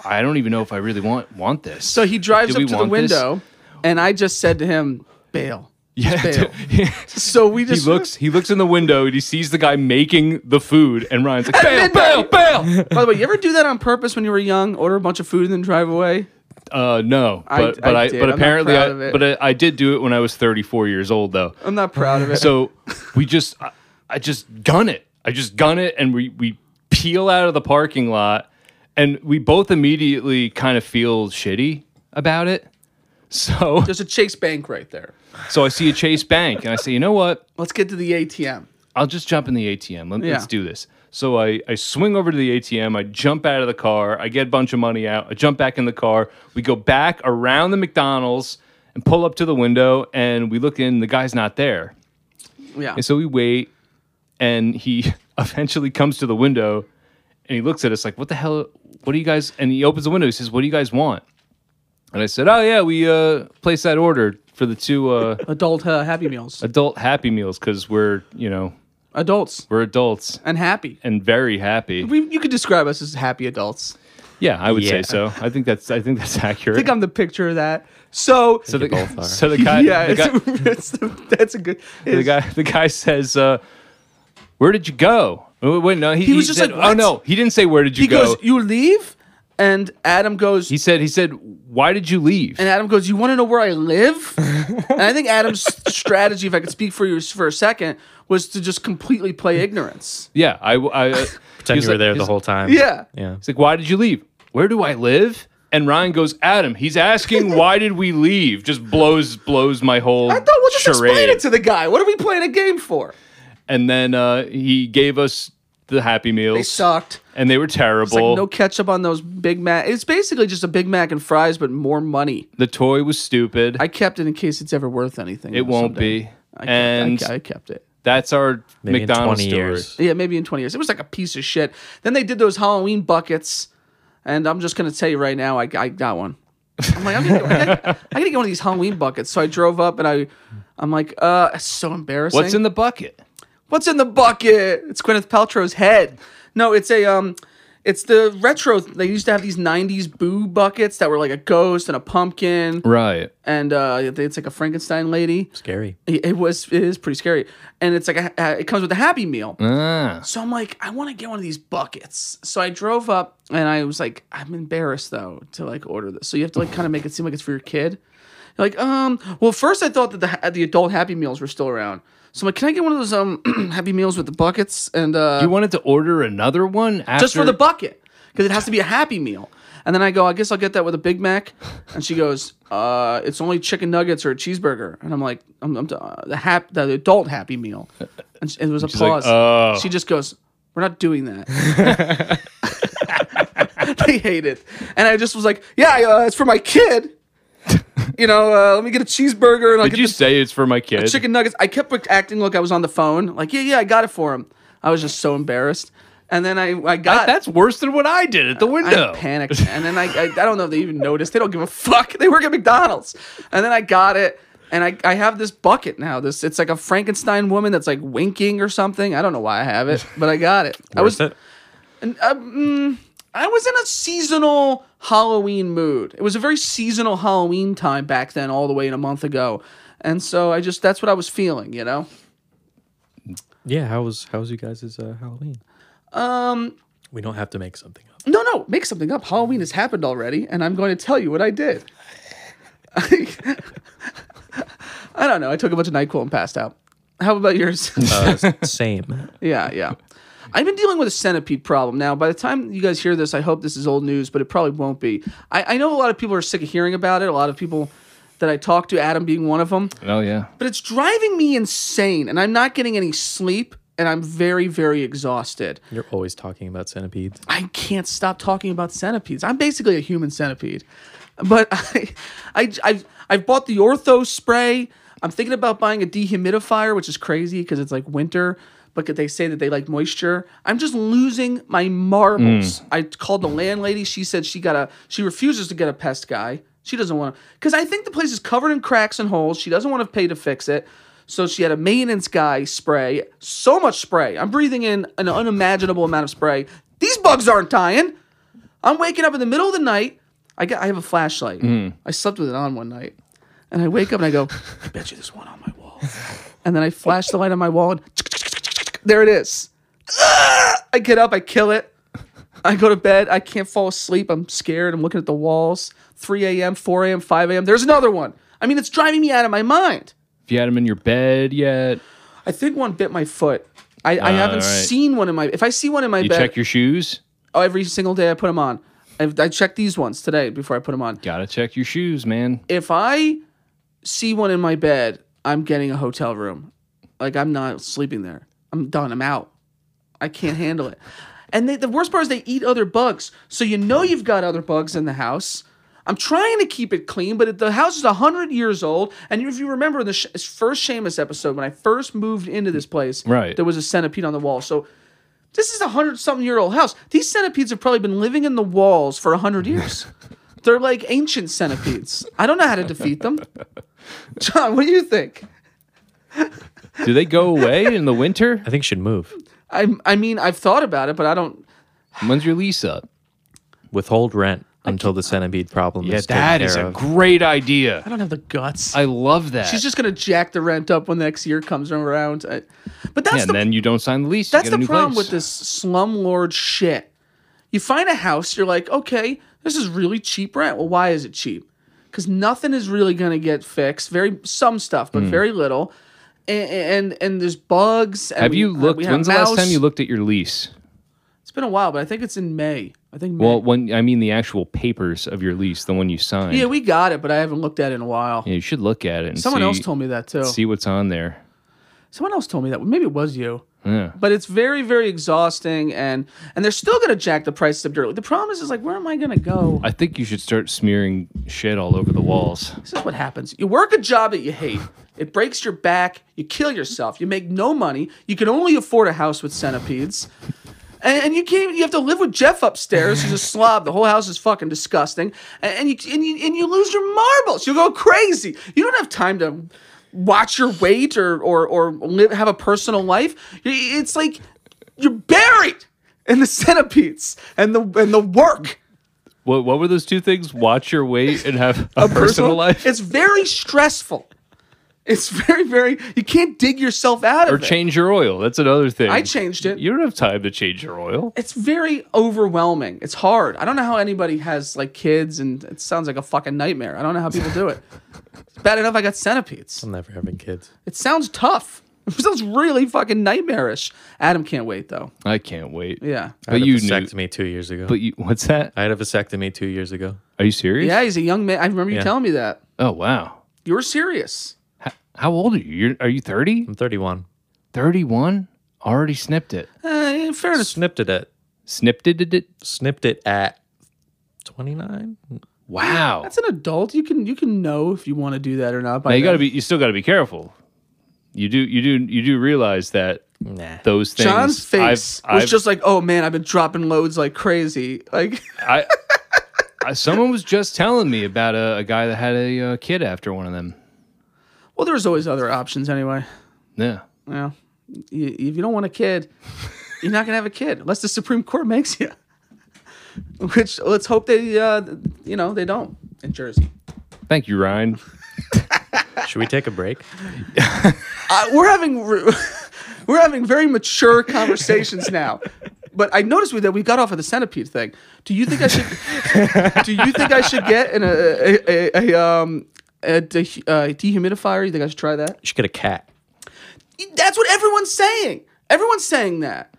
S2: I don't even know if I really want want this.
S3: So he drives
S2: Do we
S3: up to the
S2: want this?
S3: window, and I just said to him, bail.
S2: Yeah.
S3: bail.
S2: he
S3: So we just
S2: looks he looks in the window and he sees the guy making the food and Ryan's like, bail, bail,
S3: midnight!
S2: bail.
S3: By the way, you ever do that on purpose when you were young? Order a bunch of food and then drive away?
S2: Uh, no,
S3: I-
S2: but but
S3: I
S2: I,
S3: did. I'm
S2: but
S3: not
S2: apparently
S3: proud
S2: I,
S3: of it. Oh,
S2: but I, I did do it when I was 34 years old though.
S3: I'm not proud of it.
S2: So we just, I, I just gun it. I just gun it, and we we peel out of the parking lot, and we both immediately kind of feel shitty about it. So
S3: There's a Chase Bank right there.
S2: so I see a Chase Bank, and I say, you know what?
S3: Let's get to the ATM.
S2: I'll just jump in the ATM. Let,
S3: Yeah.
S2: us do this. So I, I swing over to the ATM. I jump out of the car. I get a bunch of money out. I jump back in the car. We go back around the McDonald's and pull up to the window, and we look in. The guy's not there.
S3: Yeah.
S2: And so we wait, and he eventually comes to the window, and he looks at us like, "What the hell? What do you guys?" And he opens the window. He says, "What do you guys want?" And I said, "Oh yeah, we uh, placed that order for the two uh,
S3: Adult uh, Happy Meals.
S2: adult Happy Meals because we're you know
S3: Adults
S2: we're adults
S3: and happy.
S2: and very happy."
S3: We, you could describe us as happy adults.
S2: Yeah, I would say
S4: Yeah.
S2: so. I think that's I think that's accurate.
S3: I think I'm the picture of that. So,
S2: so, the,
S4: you both are.
S2: so the guy,
S3: yeah,
S2: the
S3: it's,
S2: guy,
S3: it's, that's a good.
S2: the guy the guy says uh, where did you go Oh, wait no he,
S3: He was
S2: he
S3: just
S2: said,
S3: like, "What?"
S2: oh no he didn't say where did you
S3: he
S2: go
S3: goes, you leave, and Adam goes,
S2: he said he said why did you leave
S3: and Adam goes, you want to know where I live? and I think Adam's strategy, if I could speak for you for a second, was to just completely play ignorance.
S2: yeah i, I uh,
S4: Pretend you were there the whole time.
S3: Yeah.
S4: Yeah.
S2: he's like why did you leave where do i live and ryan goes adam he's asking why did we leave just blows blows my whole
S3: I thought we'll just explain
S2: charade.
S3: it to the guy. What are we playing a game for?
S2: and then uh, he gave us the happy
S3: They
S2: meals
S3: sucked.
S2: and they were terrible
S3: Like no ketchup on those Big Mac. It's basically just a Big Mac and fries, but more money.
S2: the toy was stupid
S3: I kept it in case it's ever worth anything.
S2: it won't be
S3: I kept,
S2: and
S3: I, I kept it.
S2: that's our
S4: Maybe
S2: mcdonald's
S4: in 20
S2: story
S4: years.
S3: Yeah, maybe in 20 years. It was like a piece of shit. Then they did those Halloween buckets, and I'm just gonna tell you right now, I, I got one. I'm like, I'm gonna, I, gotta, I gotta get one of these Halloween buckets. So I drove up and I, I'm like, uh, it's so embarrassing.
S2: what's in the bucket
S3: What's in the bucket? It's Gwyneth Paltrow's head. No, it's a um, it's the retro. They used to have these '90s boo buckets that were like a ghost and a pumpkin,
S2: Right.
S3: and uh, it's like a Frankenstein lady.
S4: Scary.
S3: It it was it is pretty scary, and it's like a, uh, it comes with a Happy Meal.
S2: Ah.
S3: So I'm like, I want to get one of these buckets. So I drove up and I was like, I'm embarrassed though to like order this. So you have to like kind of make it seem like it's for your kid. You're like, um, well, first I thought that the the adult Happy Meals were still around. So I'm like, can I get one of those um Happy Meals with the buckets and uh,
S2: You wanted to order another one after
S3: just for the bucket because it has to be a Happy Meal. And then I go, I guess I'll get that with a Big Mac. And she goes, uh, it's only chicken nuggets or a cheeseburger. And I'm like, I'm, I'm uh, the hap- the adult Happy Meal. And she- it was a
S2: like,
S3: pause.
S2: "Oh."
S3: She just goes, we're not doing that. they hate it. And I just was like, yeah, uh, it's for my kid. You know, uh, let me get a cheeseburger and I'll
S2: Did
S3: get
S2: you
S3: the
S2: say it's for my kid?
S3: chicken nuggets. I kept acting like I was on the phone. Like, yeah, yeah, I got it for him. I was just so embarrassed. And then I, I got
S2: That's worse than what I did at the window.
S3: I panicked, and then I, I I don't know if they even noticed. They don't give a fuck. They work at McDonald's, and then I got it, and I I have this bucket now. This it's like a Frankenstein woman that's like winking or something. I don't know why I have it, but I got it. I was
S4: it?
S3: I was in a seasonal Halloween mood. It was a very seasonal Halloween time back then, all the way in a month ago, and so I just that's what I was feeling, you know.
S4: Yeah. How was how was you guys' uh, Halloween? Um. We don't have to make something up.
S3: No, no, make something up. Halloween has happened already, and I'm going to tell you what I did. I, don't know. I took a bunch of NyQuil and passed out. How about yours?
S4: Uh, s- same.
S3: yeah, yeah. I've been dealing with a centipede problem now. By the time you guys hear this, I hope this is old news, but it probably won't be. I, I know a lot of people are sick of hearing about it. A lot of people that I talk to, Adam being one of them
S2: oh yeah.
S3: but it's driving me insane and I'm not getting any sleep and I'm very, very exhausted.
S4: You're always talking about centipedes.
S3: I can't stop talking about centipedes. I'm basically a human centipede, but I, I, I've, I've bought the ortho spray. I'm thinking about buying a dehumidifier, which is crazy because it's like winter, but could they say that they like moisture. I'm just losing my marbles. I called the landlady. She said she got a, she refuses to get a pest guy. She doesn't want to, because I think the place is covered in cracks and holes. She doesn't want to pay to fix it. So she had a maintenance guy spray, so much spray. I'm breathing in an unimaginable amount of spray. These bugs aren't dying. I'm waking up in the middle of the night. I got I have a flashlight.
S2: Mm-hmm.
S3: I slept with it on one night. And I wake up and I go, I bet you there's one on my wall. And then I flash the light on my wall and there it is. Ah! I get up, I kill it. I go to bed. I can't fall asleep. I'm scared. I'm looking at the walls. 3 a.m., 4 a.m., 5 a.m. There's another one. I mean, it's driving me out of my mind.
S2: Have you had them in your bed yet?
S3: I think one bit my foot. I, I haven't
S2: all right.
S3: seen one in my. If I see one in my
S2: Ah, You
S3: bed
S2: check your shoes.
S3: oh, every single day, I put them on. I, I check these ones today before I put them on.
S2: Gotta check your shoes, man.
S3: If I see one in my bed, I'm getting a hotel room. Like I'm not sleeping there. I'm done. I'm out. I can't handle it. And they, the worst part is they eat other bugs. So you know you've got other bugs in the house. I'm trying to keep it clean, but it- the house is 100 years old. And if you remember in the sh- first Seamus episode, when I first moved into this place,
S2: Right.
S3: there was a centipede on the wall. So this is a 100 something year old house. These centipedes have probably been living in the walls for 100 years. They're like ancient centipedes. I don't know how to defeat them. John, what do you think?
S2: Do they go away in the winter?
S4: I think you should move.
S3: I, I mean, I've thought about it, but I don't.
S2: When's your lease up?
S4: Withhold rent until the centipede problem is taken care of.
S2: great idea.
S3: I don't have the guts.
S2: I love that.
S3: She's just gonna jack the rent up when the next year comes around. I- But that's
S2: yeah, and
S3: the
S2: then you don't sign the lease. you
S3: that's
S2: get a
S3: the
S2: new
S3: problem
S2: place.
S3: with this slumlord shit. You find a house, you're like, okay, this is really cheap rent. Well, why is it cheap? Because nothing is really gonna get fixed. Very some stuff,
S2: Hmm.
S3: but very little. And, and and there's bugs. And
S2: Have
S3: we-
S2: you
S3: uh,
S2: looked?
S3: we had a
S2: When's the last time
S3: mouse.
S2: you looked at your lease?
S3: It's been a while, but I think it's in May. I think. May.
S2: Well, when I mean the actual papers of your lease, the one you signed.
S3: yeah, we got it, but I haven't looked at it in a while.
S2: Yeah, you should look at it. And
S3: Someone
S2: see,
S3: else told me that too.
S2: see what's on there.
S3: Someone else told me that. Maybe it was you.
S2: Yeah.
S3: but it's very very exhausting and and they're still gonna jack the price up dirty the problem is is like where am i gonna go
S2: I think you should start smearing shit all over the walls.
S3: this is what happens you work a job that you hate it breaks your back you kill yourself you make no money you can only afford a house with centipedes and, and you can't you have to live with jeff upstairs who's a slob the whole house is fucking disgusting and, and you and you and you lose your marbles you go crazy you don't have time to watch your weight or or or live, have a personal life You- it's like you're buried in the centipedes and the and the work
S2: What What were those two things? Watch your weight and have a, personal life,
S3: It's very stressful. It's very very. You can't dig yourself out of
S2: or
S3: it.
S2: change your oil. That's another thing.
S3: I changed it.
S2: You don't have time to change your oil.
S3: it's very overwhelming. It's hard. I don't know how anybody has like kids, and it sounds like a fucking nightmare. I don't know how people do it. It's bad enough I got centipedes.
S4: I'm never having kids.
S3: It sounds tough. It sounds really fucking nightmarish. Adam can't wait though.
S2: I can't wait.
S3: Yeah.
S2: but
S4: I had a
S2: you knew.
S4: vasectomy two years ago.
S2: But you, what's that?
S4: I had a vasectomy two years ago.
S2: Are you serious?
S3: Yeah, he's a young man. I remember you
S4: Yeah.
S3: telling me that.
S2: Oh wow.
S3: You were serious.
S2: How, how old are you? You're, are you thirty?
S4: I'm 31.
S2: Thirty-one? Already snipped it.
S3: Eh, in fairness,
S4: Snipped it at
S2: Snipped it. it, it.
S4: snipped it at 29.
S2: Wow.
S3: that's an adult. You can you can know if you want to do that or not. By
S2: now you
S3: then.
S2: got to be. You still got to be careful. You do. You do. You do realize that
S4: Nah.
S2: those things.
S3: John's face
S2: I've,
S3: was
S2: I've,
S3: just like, "Oh man, I've been dropping loads like crazy." Like,
S2: I, I- someone was just telling me about a, a guy that had a, uh kid after one of them.
S3: well, there's always other options anyway.
S2: Yeah.
S3: Well, you, if you don't want a kid, you're not gonna have a kid unless the Supreme Court makes you. Which let's hope they, uh, you know, they don't in Jersey.
S2: Thank you, Ryan.
S4: Should we take a break?
S3: Uh, we're having re- we're having very mature conversations now. But I noticed we, that we got off of the centipede thing. Do you think I should? do you think I should get in a a, a, a um a, de- uh dehumidifier? You think I should try that?
S4: You should get a cat.
S3: That's what everyone's saying. Everyone's saying that.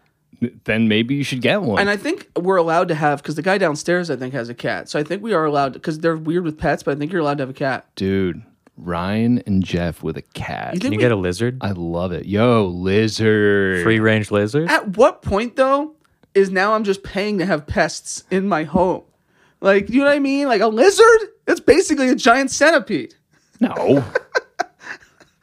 S2: Then maybe you should get one.
S3: And I think we're allowed to have because the guy downstairs I think has a cat. So I think we are allowed because they're weird with pets, but I think you're allowed to have a cat.
S2: Dude, Ryan and Jeff with a cat.
S3: You
S4: Can
S3: think
S4: you
S3: we-
S4: get a lizard?
S2: I love it. Yo, lizard.
S4: Free range lizard?
S3: at what point though is now I'm just paying to have pests in my home? Like, you know what I mean? Like a lizard? That's basically a giant centipede.
S2: No.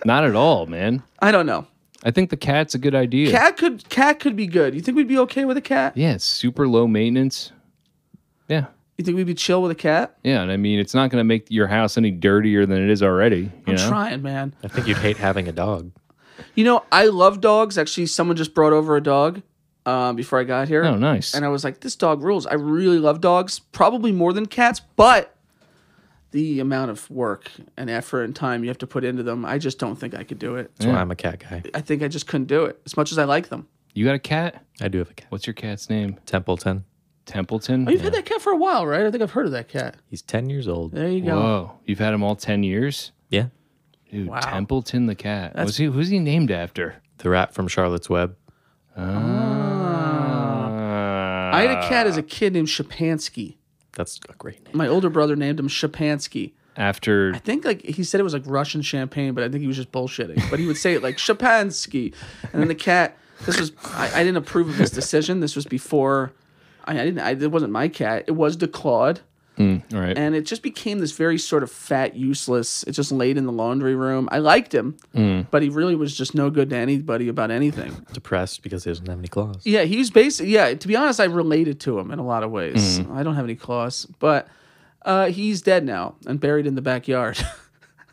S2: Not at all, man.
S3: I don't know.
S2: I think the cat's a good idea.
S3: Cat could cat could be good. You think we'd be okay with a cat?
S2: yeah, it's super low maintenance. Yeah.
S3: You think we'd be chill with a cat?
S2: Yeah, and I mean it's not going to make your house any dirtier than it is already, you
S3: I'm
S2: know.
S3: trying, man.
S4: I think you'd hate having a dog.
S3: You know, I love dogs. Actually, someone just brought over a dog um, before I got here.
S2: oh, nice.
S3: And I was like, this dog rules. I really love dogs, probably more than cats, but the amount of work and effort and time you have to put into them, I just don't think I could do it.
S4: That's why I'm a cat guy.
S3: I think I just couldn't do it as much as I like them.
S2: you got a cat?
S4: I do have a cat.
S2: What's your cat's name?
S4: Templeton.
S2: Templeton.
S3: Oh, you've had that cat for a while, right? I think I've heard of that cat.
S4: He's 10 years old.
S3: There you go.
S2: Whoa, you've had him all ten years,
S4: Yeah.
S2: dude.
S3: Wow.
S2: Templeton the cat. was he? Who's he named after?
S4: The rat from Charlotte's Web.
S2: Uh,
S3: I had a cat as a kid named Shapansky.
S4: That's a great name.
S3: My older brother named him Shapansky.
S2: After
S3: I think like he said it was like Russian champagne, but I think he was just bullshitting. But he would say it like Shapansky, and then the cat. This was I, I didn't approve of this decision. This was before I, I didn't. I, it wasn't my cat. It was declawed,
S2: all right.
S3: and it just became this very sort of fat, useless. It just laid in the laundry room. I liked him, but he really was just no good to anybody about anything.
S4: Depressed because he doesn't have any claws.
S3: Yeah, he's basically yeah. To be honest, I related to him in a lot of ways. I don't have any claws, but uh, he's dead now and buried in the backyard.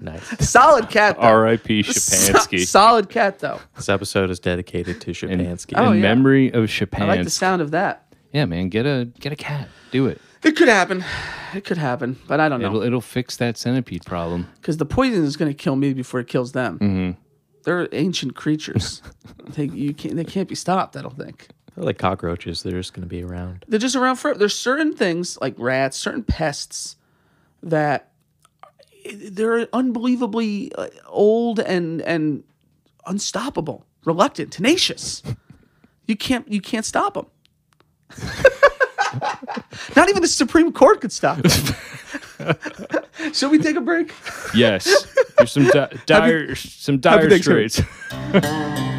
S4: Nice.
S3: Solid cat. Though.
S2: R.I.P.
S3: uh, So-
S2: Shapansky.
S3: solid cat though.
S4: This episode is dedicated to Shapansky.
S2: in
S3: Oh, yeah.
S2: memory of Shapansky.
S3: I like the sound of that.
S2: yeah, man, get a get a cat. Do it.
S3: It could happen. It could happen, but I don't
S2: It'll
S3: know
S2: it'll fix that centipede problem.
S3: because the poison is going to kill me before it kills them. They're ancient creatures. they you can't. They can't be stopped. I don't think.
S4: They're like cockroaches. They're just going to be around.
S3: they're just around forever. There's certain things like rats, certain pests that they're unbelievably uh, old and and unstoppable, reluctant, tenacious. You can't you can't stop them. Not even the Supreme Court could stop them. Should we take a break?
S2: Yes, there's some di- dire some dire
S3: Happy Thanksgiving.
S2: straits.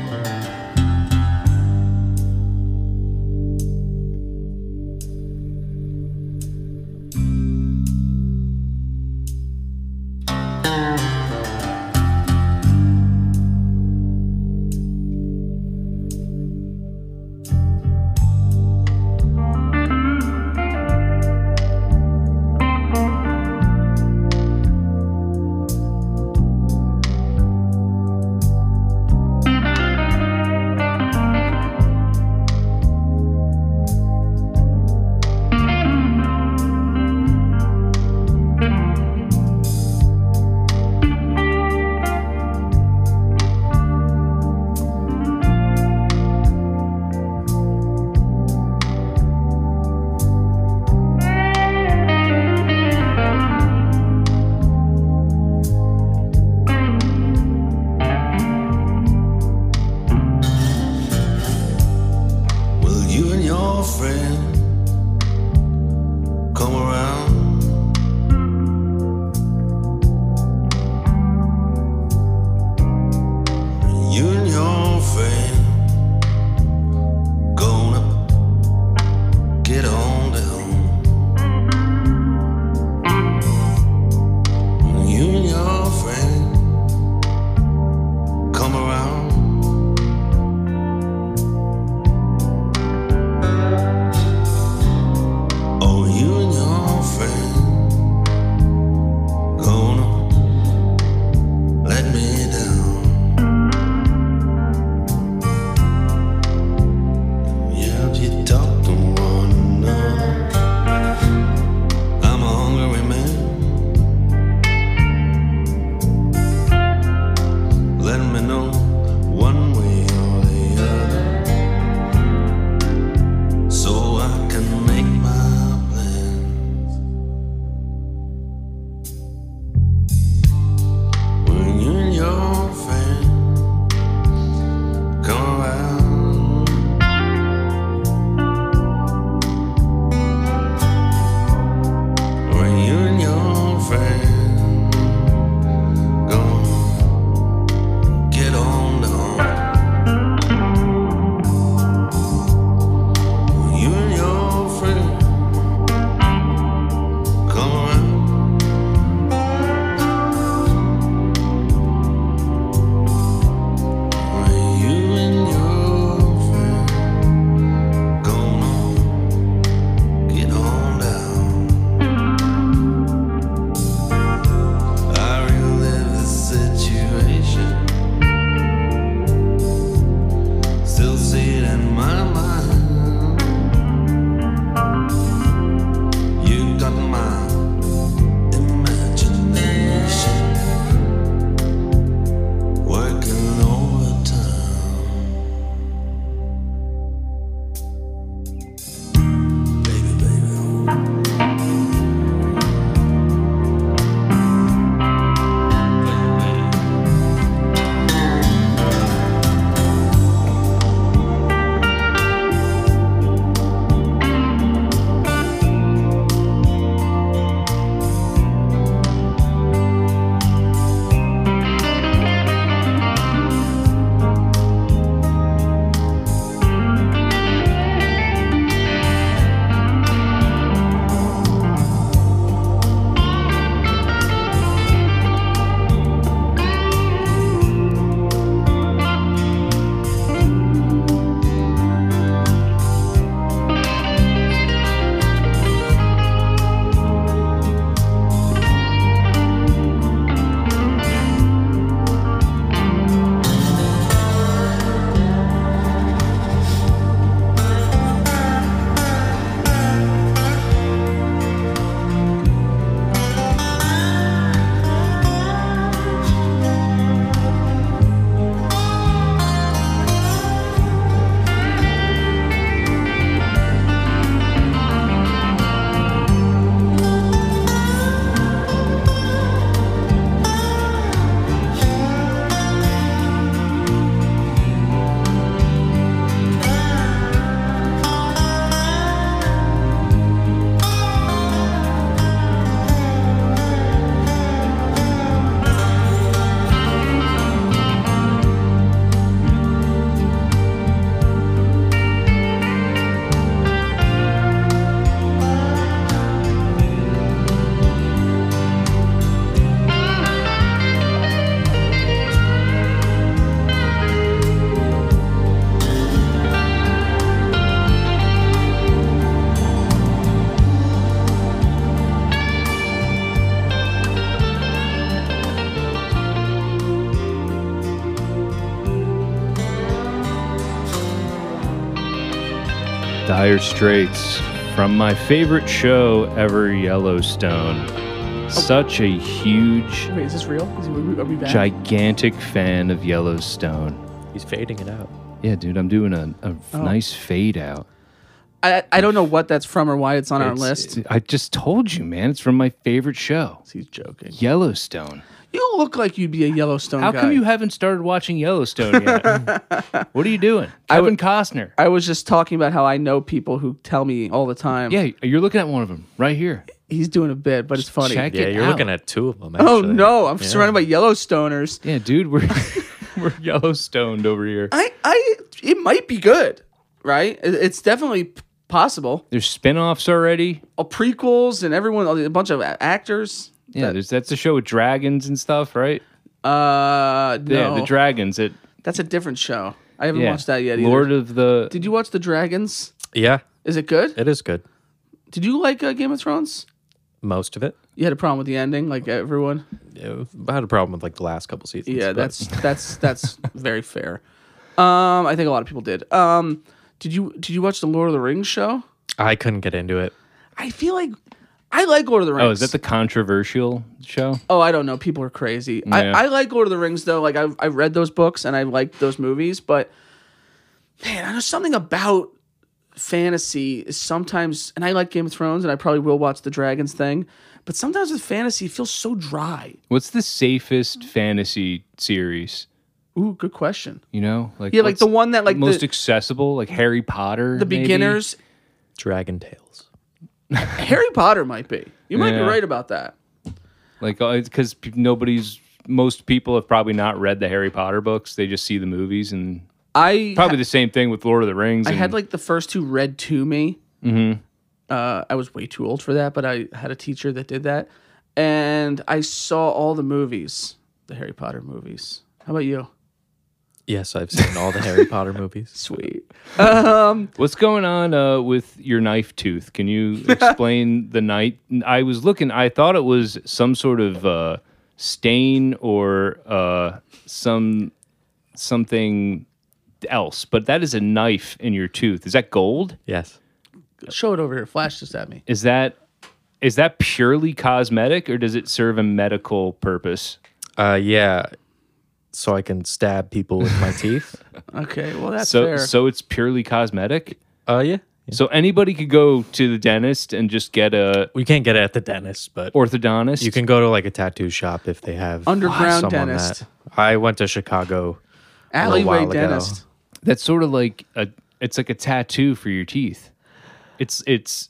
S2: Dire Straits from my favorite show ever, Yellowstone.
S3: Oh.
S2: Such a huge,
S3: Wait, is this real? Is, are we- are we back?
S2: gigantic fan of Yellowstone.
S4: He's fading it out.
S2: Yeah, dude, I'm doing a, a
S3: Oh.
S2: nice fade out.
S3: I, I don't know what that's from or why it's on our list.
S2: It's- I just told you, man. It's from my favorite show,
S3: He's joking.
S2: Yellowstone.
S3: You look like you'd be a Yellowstone
S2: How
S3: guy.
S2: come you haven't started watching Yellowstone yet? what are you doing? Kevin Costner.
S3: I was just talking about how I know people who tell me all the time.
S2: yeah, you're looking at one of them right here.
S3: he's doing a bit, but it's funny.
S2: Check
S4: Yeah,
S2: it
S4: you're
S2: out.
S4: looking at two of them.
S3: Oh
S4: actually.
S3: no, I'm
S4: Yeah.
S3: surrounded by Yellowstoners.
S2: Yeah, dude, we're we're Yellowstoned over here.
S3: I, I, it might be good, right? It- It's definitely p- possible.
S2: There's spin-offs already.
S3: Oh, prequels and everyone, a bunch of a- actors.
S2: Yeah, there's, that's the show with dragons and stuff, right?
S3: Uh, no,
S2: Yeah, the dragons. It.
S3: that's a different show. I haven't
S2: Yeah.
S3: watched that yet. Either.
S2: Lord of the.
S3: did you watch the Dragons?
S4: Yeah,
S3: Is it good?
S2: Uh,
S4: it is good.
S3: Did you like uh, Game of Thrones?
S4: Most of it.
S3: You had a problem with the ending, like everyone.
S4: Yeah, I had a problem with like the last couple seasons.
S3: Yeah,
S4: but-
S3: that's that's that's very fair. Um, I think a lot of people did. Um, did you did you watch the Lord of the Rings show?
S4: I couldn't get into it.
S3: I feel like I like Lord of the Rings.
S2: oh, is that the controversial show?
S3: Oh, I don't know. People are crazy. I,
S2: Yeah.
S3: I like Lord of the Rings though. Like I I read those books and I like those movies, but man, I know something about fantasy is sometimes and I like Game of Thrones and I probably will watch the dragons thing, but sometimes with fantasy it feels so dry.
S2: What's the safest fantasy series?
S3: Ooh, good question.
S2: You know, like
S3: Yeah, like the
S2: what's
S3: one that like the,
S2: most accessible, like Harry Potter.
S3: the
S2: maybe?
S3: beginners
S4: Dragon Tales.
S3: Harry Potter might be. You might be
S2: Yeah.
S3: right about that.
S2: like because nobody's. Most people have probably not read the Harry Potter books. They just see the movies, and
S3: I
S2: probably the same thing with Lord of the Rings.
S3: I
S2: and
S3: had like the first two read to me. Mm-hmm. Uh, I was way too old for that, but I had a teacher that did that, and I saw all the movies, the Harry Potter movies. How about you?
S4: Yes, I've seen all the Harry Potter movies.
S3: Sweet.
S2: What's going on uh, with your knife tooth? Can you explain the knife? I was looking. I thought it was some sort of uh, stain or uh, some something else, but that is a knife in your tooth. Is that gold?
S4: Yes.
S3: Show it over here. Flash just at me.
S2: Is that is that purely cosmetic, or does it serve a medical purpose?
S4: Uh, yeah. So I can stab people with my teeth.
S3: Okay, well that's
S2: So
S3: fair.
S2: so it's purely cosmetic.
S4: Uh, yeah.
S2: So anybody could go to the dentist and just get a
S4: We can't get it at the dentist, but
S2: orthodontist.
S4: you can go to like a tattoo shop if they have
S3: Underground
S4: someone
S3: dentist.
S4: that- I went to Chicago.
S3: Alleyway
S4: while ago.
S3: dentist.
S2: that's sort of like a it's like a tattoo for your teeth it's it's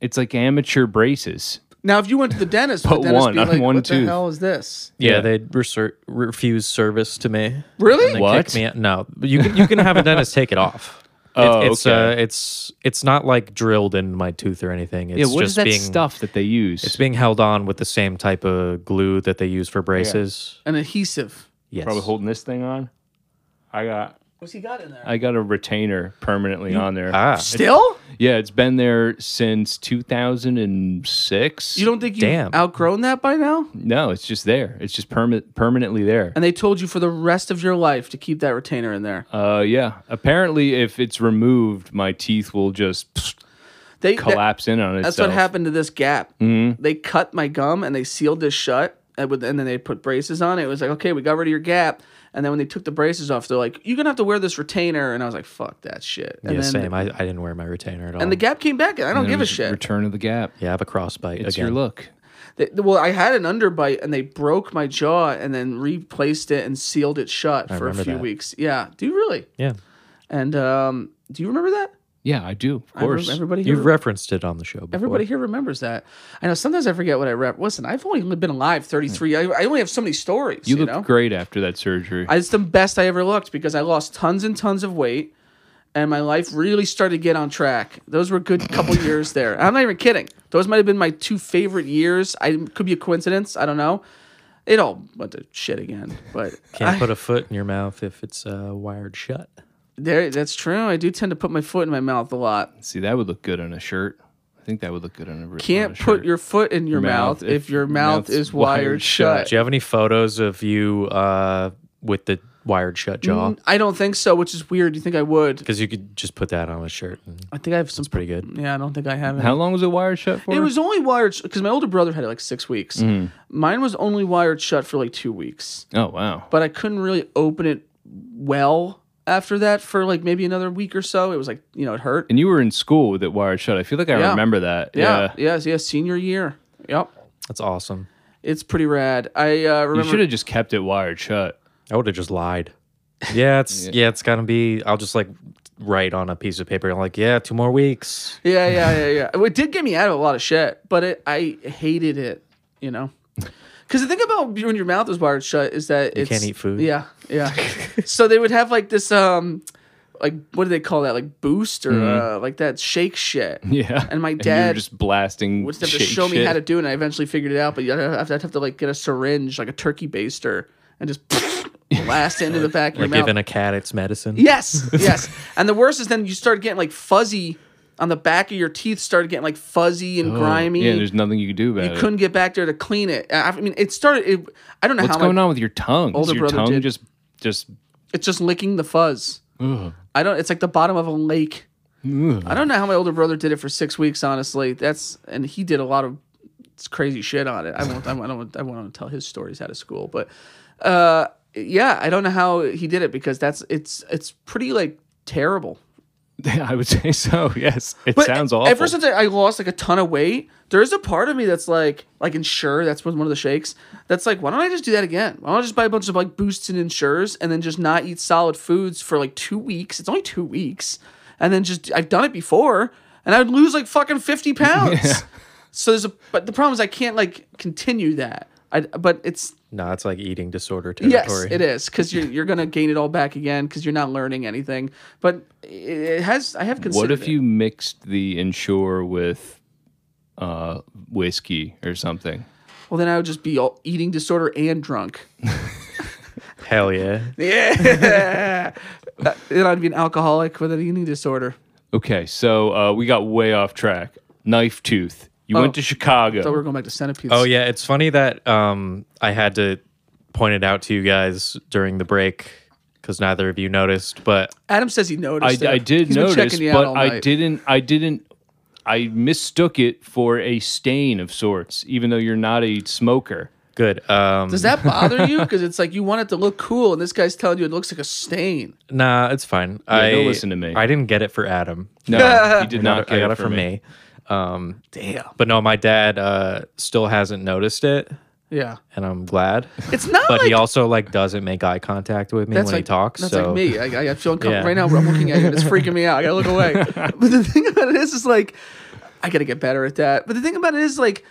S2: it's like amateur braces
S3: Now, if you went to the dentist, would the
S2: Put
S3: dentist
S2: one
S3: be
S2: on
S3: like,
S2: one
S3: "What the
S2: tooth."
S3: hell is this?"
S4: Yeah,
S2: Yeah.
S4: they reser- refuse service to me.
S3: Really?
S4: They
S2: What?
S4: kicked me out. No, but you can you can have a dentist take it off. It-
S2: Oh,
S4: it's
S2: okay.
S4: uh, it's it's not like drilled in my tooth or anything. It's
S2: yeah what
S4: just
S2: is that
S4: being
S2: stuff that they use
S4: It's being held on with the same type of glue that they use for braces.
S3: An adhesive.
S4: Yes.
S2: probably holding this thing on i got
S3: What's he got in there?
S2: i got a retainer permanently on there
S4: Ah,
S3: Still?
S2: yeah it's been there since 2006
S3: You don't think you've
S4: Damn.
S3: outgrown that by now?
S2: no it's just there it's just perma- permanently there
S3: And they told you for the rest of your life to keep that retainer in there.
S2: uh yeah apparently if it's removed my teeth will just pfft,
S3: They that-
S2: collapse in on itself
S3: That's what happened to this gap.
S4: Mm-hmm.
S3: They cut my gum and they sealed this shut, and, with, and then they put braces on it. It was like, okay, we got rid of your gap. And then when they took the braces off, they're like, you're gonna have to wear this retainer. And I was like, fuck that shit. And
S4: yeah,
S3: then
S4: same. I, I didn't wear my retainer at all.
S3: and the gap came back, and I don't
S2: It
S3: give a
S2: was
S3: shit.
S2: return of the gap
S4: yeah, I have a crossbite
S2: it's
S4: again.
S2: your look
S3: They- well, I had an underbite, and they broke my jaw, and then replaced it and sealed it shut for a
S4: remember
S3: few
S4: that.
S3: weeks. Yeah, do you really?
S4: yeah,
S3: And um, do you remember that?
S2: yeah i do of
S3: I rem-
S2: course
S3: everybody here
S4: you've referenced it on the show. Before.
S3: Everybody here remembers that. I know sometimes I forget what I rep. Listen, I've only been alive 33. I, I only have so many stories. You,
S2: You, look
S3: know?
S2: great after that surgery.
S3: I- It's the best I ever looked because I lost tons and tons of weight and my life really started to get on track. Those were a good couple years there. I'm not even kidding. Those might have been my two favorite years. I could be a coincidence. I don't know. It all went to shit again. But
S4: can't
S3: I-
S4: put a foot in your mouth if it's uh, wired shut.
S3: there, that's true. I do tend to put my foot in my mouth a lot.
S2: See, that would look good on a shirt. I think that would look good on a on a
S3: Can't
S2: shirt.
S3: put your foot in your mouth,
S2: mouth
S3: if your mouth
S2: mouth's
S3: is wired
S2: wired
S3: shut.
S2: shut.
S4: Do you have any photos of you uh, with the wired shut jaw
S3: I don't think so, which is weird. You think I would?
S4: because you could just put that on a shirt. And
S3: I think I have some.
S4: it's pretty good.
S3: Yeah, I don't think I have. It.
S2: How long was it wired shut for?
S3: It was only wired because my older brother had it like six weeks. Mine was only wired shut for like two weeks,
S2: oh wow.
S3: but I couldn't really open it well after that for like maybe another week or so. It was like you know it hurt.
S2: And you were in school with it wired shut. I feel like I
S3: Yeah.
S2: remember that.
S3: Yeah, yeah, yeah, Senior year. Yep,
S4: That's awesome.
S3: it's pretty rad. I uh,
S2: You
S3: remember.
S2: should have just kept it wired shut.
S4: I would have just lied. Yeah, it's yeah. it's gotta be. I'll just like write on a piece of paper. like, yeah, two more weeks.
S3: Yeah, yeah, yeah, yeah. It did get me out of a lot of shit, but it, I hated it, you know? Because the thing about when your mouth is wired shut is that you it's.
S4: can't eat food.
S3: Yeah, yeah. so they would have like this, um, like, what do they call that? Like boost or uh, like that shake shit.
S2: Yeah.
S3: And my
S2: you were
S3: dad
S2: just blasting.
S3: would have to
S2: shake
S3: show me how to
S2: shit.
S3: do it, and I eventually figured it out, but I'd have to, I'd have to like get a syringe, like a turkey baster, and just blast it into the back of your
S4: Like
S3: mouth.
S4: giving a cat its medicine.
S3: Yes, yes. and the worst is then you start getting like fuzzy on the back of your teeth, started getting like fuzzy and grimy.
S2: Oh, Yeah, there's nothing you could do about
S3: you
S2: it.
S3: couldn't get back there to clean it. I I mean, it started. It, I don't know
S2: What's
S3: how.
S2: going
S3: my,
S2: on with your tongue? Is
S3: older
S2: your
S3: brother
S2: tongue
S3: did.
S2: just just
S3: It's just licking the fuzz. I don't. It's like the bottom of a lake. I don't know how my older brother did it for six weeks. Honestly, that's and he did a lot of crazy shit on it. I won't. I won't. I won't tell his stories out of school, but uh, yeah, I don't know how he did it because that's it's it's pretty like terrible.
S2: I would say so. Yes, it sounds
S3: e-
S2: awful.
S3: Ever since I I lost like a ton of weight, there's a part of me that's like, like Insure, that's one one of the shakes. That's like, why don't I just do that again? Why don't I just buy a bunch of like boosts and Insures and then just not eat solid foods for like two weeks? It's only two weeks, and then just I've done it before, and I would lose like fucking fifty pounds. So there's a, but the problem is I can't like continue that. I, but it's
S4: No, it's like eating disorder
S3: Yes,
S4: territory.
S3: it is because you're you're gonna gain it all back again because you're not learning anything. But it- it has I have considered.
S2: what
S3: it.
S2: if you mixed the insure with uh, whiskey or something?
S3: Well, then I would just be all eating disorder and drunk.
S4: Hell yeah.
S3: Yeah. Uh, then I'd be an alcoholic with an eating disorder.
S2: Okay, so uh, we got way off track. Knife tooth. You went to
S3: Oh. So
S2: Chicago.
S3: we're going back to centipedes.
S4: Oh yeah, it's funny that um I had to point it out to you guys during the break because neither of you noticed, but
S3: Adam says he
S2: I,
S3: noticed. it.
S2: I did
S3: He's been
S2: notice,
S3: checking you out
S2: but
S3: all
S2: I
S3: night.
S2: didn't. I didn't. I mistook it for a stain of sorts, even though you're not a smoker.
S4: good. Um
S3: Does that bother you? Because it's like you want it to look cool, and this guy's telling you it looks like a stain.
S4: nah, it's fine. I
S2: don't listen to me.
S4: I didn't get it for Adam.
S2: No, you did
S4: I
S2: not.
S4: got, it- I
S2: get
S4: got it
S2: for
S4: from me.
S3: Damn.
S4: But no, my dad uh still hasn't noticed it
S3: Yeah.
S4: and I'm glad.
S3: It's not
S4: but
S3: like
S4: he also like doesn't make eye contact with me when
S3: that's
S4: he
S3: like
S4: talks.
S3: That's
S4: so
S3: like me. I, I feel uncomfortable
S4: Yeah.
S3: right now. I'm looking at you. and It's freaking me out. I gotta look away. but the thing about it is, is like I gotta get better at that. But the thing about it is, like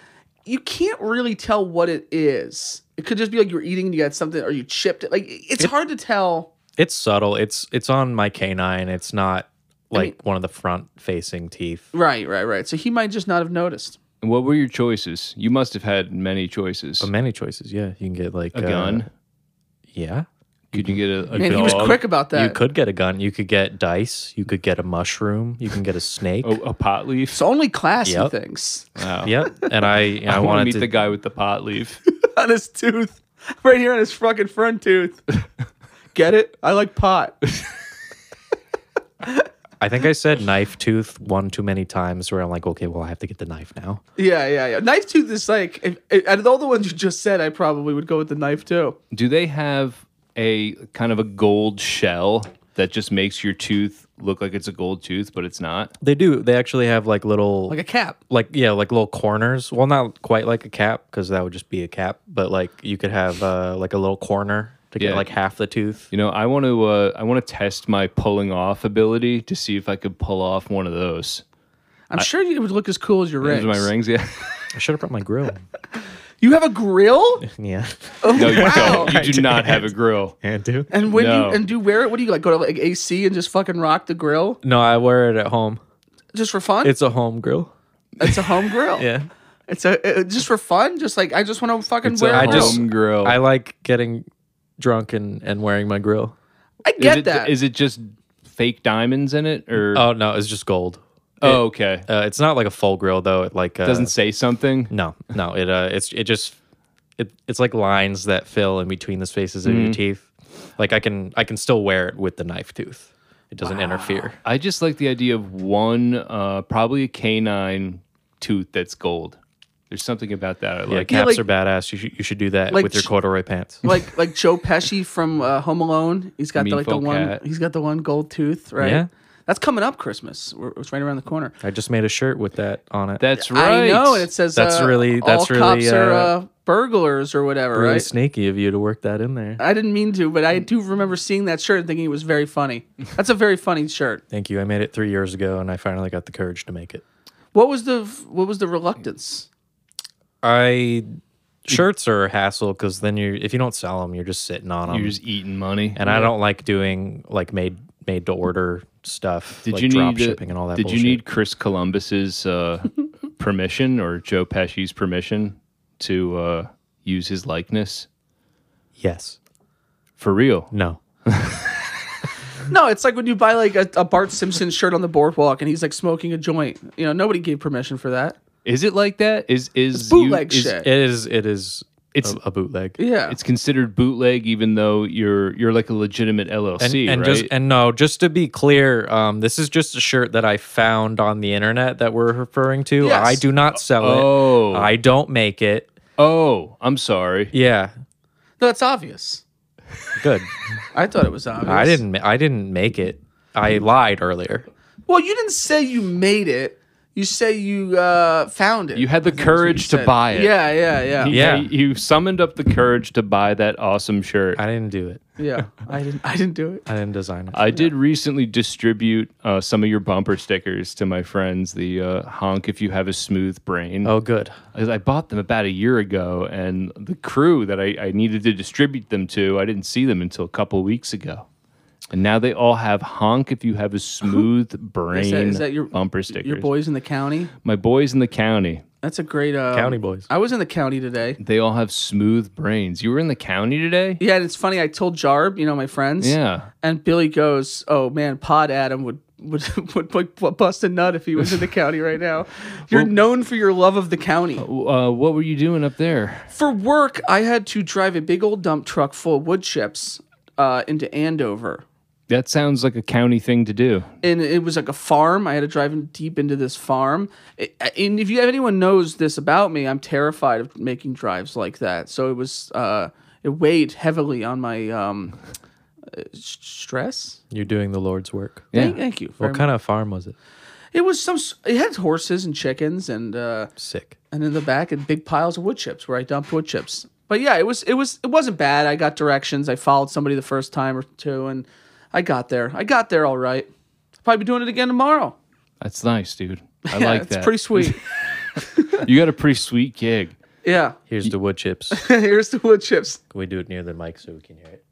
S3: you can't really tell what it is. It could just be like you're eating and you got something, or you chipped it. Like it's hard to tell.
S4: it's subtle. It's it's on my canine. It's not like
S3: mean-
S4: one of the front facing teeth.
S3: Right, right, right. So he might just not have noticed.
S2: And What were your choices? You must have had many choices.
S4: But many choices, yeah. You can get like uh,
S2: a gun.
S4: Yeah.
S2: Could you get
S4: Mm-hmm.
S2: a, a
S3: Man,
S2: dog?
S3: he was quick about that.
S4: You could get a gun. You could get dice. You could get a mushroom. You can get a snake.
S2: Oh, A, a pot leaf.
S3: It's only classy
S4: Yep.
S3: things
S2: Wow.
S4: Yep. And I you know, I,
S2: I want to
S4: wanted
S2: meet
S4: to
S2: the guy with the pot leaf.
S3: on his tooth, right here on his fucking front tooth. Get it? I like pot.
S4: I think I said knife tooth one too many times where I'm like, okay, well I have to get the knife now.
S3: Yeah, yeah, yeah. Knife tooth is like, if, if, out of all the ones you just said, I probably would go with the knife too.
S2: Do they have a kind of a gold shell that just makes your tooth look like it's a gold tooth, but it's not?
S4: They do. They actually have like little
S3: Like a cap.
S4: like yeah, like little corners. Well, not quite like a cap because that would just be a cap, but like you could have uh, like a little corner to
S2: Yeah.
S4: get like half the tooth.
S2: You know, I want to. Uh, I want to test my pulling off ability to see if I could pull off one of those.
S3: I'm sure it would look as cool as your
S2: Those
S3: rings.
S2: are my rings. Yeah.
S4: I should have brought my grill.
S3: You have a grill? Oh,
S4: yeah,
S2: no, you
S3: Wow.
S2: don't. You do not have a grill.
S4: and do.
S3: And when
S2: No.
S3: you and do you wear it, what do you like? Go to like AC and just fucking rock the grill
S4: No, I wear it at home.
S3: just for fun? It's,
S4: It's a home grill.
S3: a home grill. It's a uh, just for fun. Just like I just want to fucking
S4: It's a-
S3: wear.
S4: I
S3: a grill.
S4: just-
S2: Home grill.
S4: I like getting drunk and and wearing my grill.
S3: I
S2: is
S3: get
S2: it,
S3: that.
S2: is it just fake diamonds in it, or
S4: Oh no, it's just gold.
S2: oh, okay?
S4: Uh, it's not like a full grill though. It like uh,
S2: Doesn't say something.
S4: No, no. It uh, it's it just it, it's like lines that fill in between the spaces of your teeth. Like I can I can still wear it with the knife tooth. It doesn't interfere.
S2: I just like the idea of one, uh, probably a canine tooth that's gold. There's something about that I
S4: Yeah,
S2: like.
S4: caps
S3: like-
S4: are badass. You should you should do that
S3: Like
S4: with your
S3: ch-
S4: corduroy pants.
S3: like like Joe Pesci from uh, Home Alone. He's got the, like the
S2: Meaningful
S3: one.
S2: cat.
S3: He's got the one gold tooth, right?
S4: Yeah.
S3: That's coming up Christmas. We're, it's right around the corner.
S4: I just made a shirt with that on it.
S2: That's right.
S3: I know, and it says
S4: That's
S3: uh,
S4: really- that's
S3: all
S4: really,
S3: cops are
S4: uh,
S3: uh, burglars or whatever,
S4: really
S3: right?
S4: sneaky of you to work that in there.
S3: I didn't mean to, but I do remember seeing that shirt and thinking it was very funny. That's a very funny shirt.
S4: Thank you. I made it three years ago, and I finally got the courage to make it.
S3: What was the what was the reluctance?
S4: I shirts are a hassle because then you if you don't sell them, you're just sitting on them.
S2: You're just eating money.
S4: Um, and I don't like doing like made made to order stuff.
S2: did
S4: like
S2: you
S4: drop
S2: need uh,
S4: shipping and all that?
S2: Did
S4: bullshit.
S2: you need Chris Columbus's uh, permission or Joe Pesci's permission to uh, use his likeness
S4: Yes.
S2: for real?
S4: No.
S3: No, it's like when you buy like a, a Bart Simpson shirt on the boardwalk and he's like smoking a joint. You know, nobody gave permission for that.
S2: Is it like that? Is is you-
S3: Bootleg
S2: is-
S3: shit.
S4: It is. It is.
S2: Uh, It's-
S4: It's a, a bootleg.
S3: yeah.
S2: It's considered bootleg, even though you're you're like a legitimate
S4: and,
S2: LLC,
S4: and
S2: right?
S4: just and no just to be clear um this is just a shirt that i found on the internet that we're referring to
S3: Yes.
S4: i do not sell
S2: Oh.
S4: it i don't make it
S2: oh, I'm sorry.
S4: yeah
S3: no, that's obvious.
S4: good
S3: I thought it was obvious.
S4: i didn't ma- i didn't make it i lied earlier
S3: Well, you didn't say you made it. You say you uh, found it.
S2: You had the
S3: I think is what you
S2: courage to
S3: said.
S2: buy it.
S3: Yeah, yeah, yeah, yeah.
S4: Yeah.
S2: you summoned up the courage to buy that awesome shirt.
S4: i didn't do it
S3: I didn't. I didn't do it.
S4: i didn't design it
S2: I did recently distribute uh, some of your bumper stickers to my friends. The uh, honk if you have a smooth brain.
S4: oh good
S2: I I bought them about a year ago, and the crew that I, I needed to distribute them to, I didn't see them until a couple weeks ago. And now they all have honk if you have a smooth brain
S3: Is that- is that your-
S2: bumper stickers.
S3: Your boys in the county.
S2: My boys in the county,
S3: That's a great um,
S4: County boys.
S3: I was in the county today.
S2: they all have smooth brains. You were in the county today?
S3: Yeah, and it's funny. I told Jarb, you know, my friends.
S2: Yeah.
S3: And Billy goes, "Oh man, Pod Adam would." Would, would, would bust a nut if he was in the county right now. You're known for your love of the county.
S4: Oh.
S2: Uh, what were you doing up there?
S3: For work, I had to drive a big old dump truck full of wood chips uh, into Andover.
S2: That sounds like a county thing to do.
S3: and it was like a farm. I had to drive in deep into this farm. I- And if you if anyone knows this about me, I'm terrified of making drives like that. So it was uh, it weighed heavily on my um, uh, s- stress.
S4: you're doing the lord's work
S2: Yeah.
S3: Thank, thank you. Very
S4: what kind of farm was it
S3: much. It was some. s- It had horses and chickens and uh,
S4: sick
S3: and in the back and big piles of wood chips where I dumped wood chips. But yeah, it was it was it wasn't bad. I got directions. I followed somebody the first time or two, and I got there. I got there all right. Probably be doing it again tomorrow.
S2: That's nice, dude. I
S3: Yeah,
S2: like
S3: it's
S2: that.
S3: pretty sweet.
S2: you got a pretty sweet gig.
S3: Yeah.
S4: here's the wood chips can
S3: Here's the wood chips.
S4: we do it near the mic so we can hear it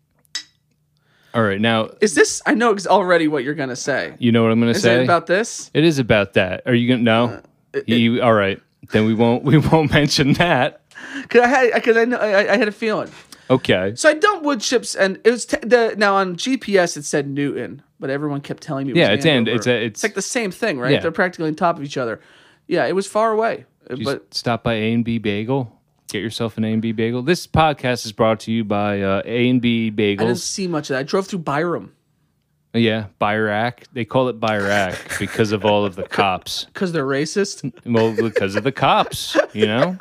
S2: All right, now
S3: Is this? I know ex- already what you're gonna say.
S2: you know what I'm going to
S3: Is
S2: say.
S3: it about Uh, this?
S2: It is about that. Are you gonna no? You- all right, then we won't we won't mention that.
S3: Cause I had, cause I know, I, I had a feeling.
S2: Okay.
S3: So I dumped wood chips, and it was t- the now on GPS it said Newton, but everyone kept telling me. It
S2: Yeah,
S3: was
S2: it's and-
S3: Andover.
S2: it's a- it's-
S3: like the same thing, right?
S2: Yeah.
S3: They're practically on top of each other. Yeah, it was far away,
S2: You
S3: but
S2: s- stop by A and B Bagel. Get yourself an A and B Bagel. This podcast is brought to you by uh, A and B
S3: I didn't
S2: Bagels.
S3: see much of that. I drove through Byram
S2: Yeah, Birac. They call it Birac because of all of the cops.
S3: because they're racist.
S2: Well, because of the cops, you know.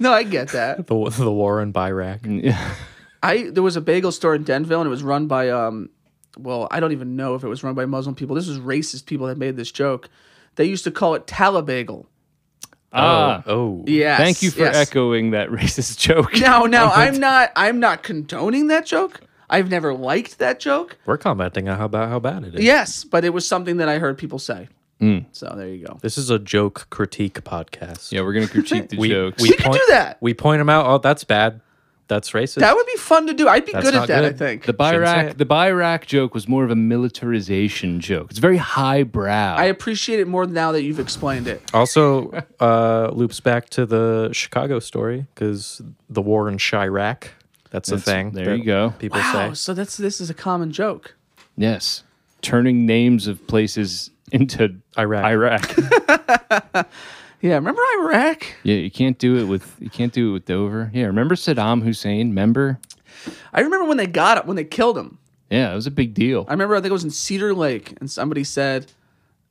S3: No, I get that.
S4: the, the war in Iraq.
S3: I there was a bagel store in Denville, and it was run by um, well, I don't even know if it was run by Muslim people. This was racist people that made this joke. They used to call it Talabagel.
S2: Ah,
S4: oh,
S3: Yes.
S2: thank you for
S3: yes.
S2: echoing that racist joke.
S3: Now, now I'm not I'm not condoning that joke. I've never liked that joke.
S4: We're commenting on how about how bad it is.
S3: Yes, but it was something that I heard people say.
S2: Mm.
S3: So there you go.
S4: This is a joke critique podcast.
S2: Yeah, we're gonna critique the
S4: We,
S2: jokes.
S3: We could
S4: point,
S3: do that.
S4: We point them out. Oh, that's bad. That's racist.
S3: That would be fun to do. I'd be good at
S4: not
S3: that. I
S4: good.
S3: think.
S2: the
S4: Shouldn't say
S2: Birac,
S4: it.
S2: the Birac joke was more of a militarization joke. It's very highbrow.
S3: I appreciate it more now that you've explained it.
S4: also uh, loops back to the Chicago story because the war in Chirac. That's a
S2: That's-
S4: thing.
S2: there
S4: that
S2: you go.
S4: People
S3: Wow.
S4: say
S3: So that's this is a common joke.
S2: Yes. Turning names of places into
S4: Iraq.
S2: Iraq.
S3: Yeah, remember Iraq?
S2: Yeah, you can't do it with you can't do it with Dover. Yeah, remember Saddam Hussein? Remember?
S3: I remember when they got it, when they killed him.
S2: Yeah, it was a big deal.
S3: I remember I think it was in Cedar Lake, and somebody said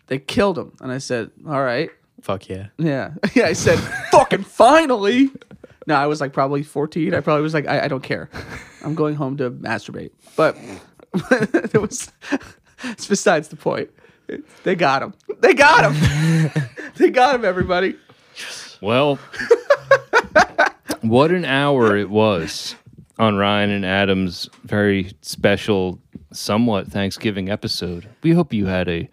S3: they killed him, and I said, "All right,
S4: Fuck yeah.
S3: yeah, yeah." I said, "Fucking finally." No, I was like probably 14. I probably was like, I, I don't care. I'm going home to masturbate. But it was, it's besides the point. They got him. They got him. they got him, everybody.
S2: Well, what an hour it was on Ryan and Adam's very special, somewhat Thanksgiving episode. We hope you had a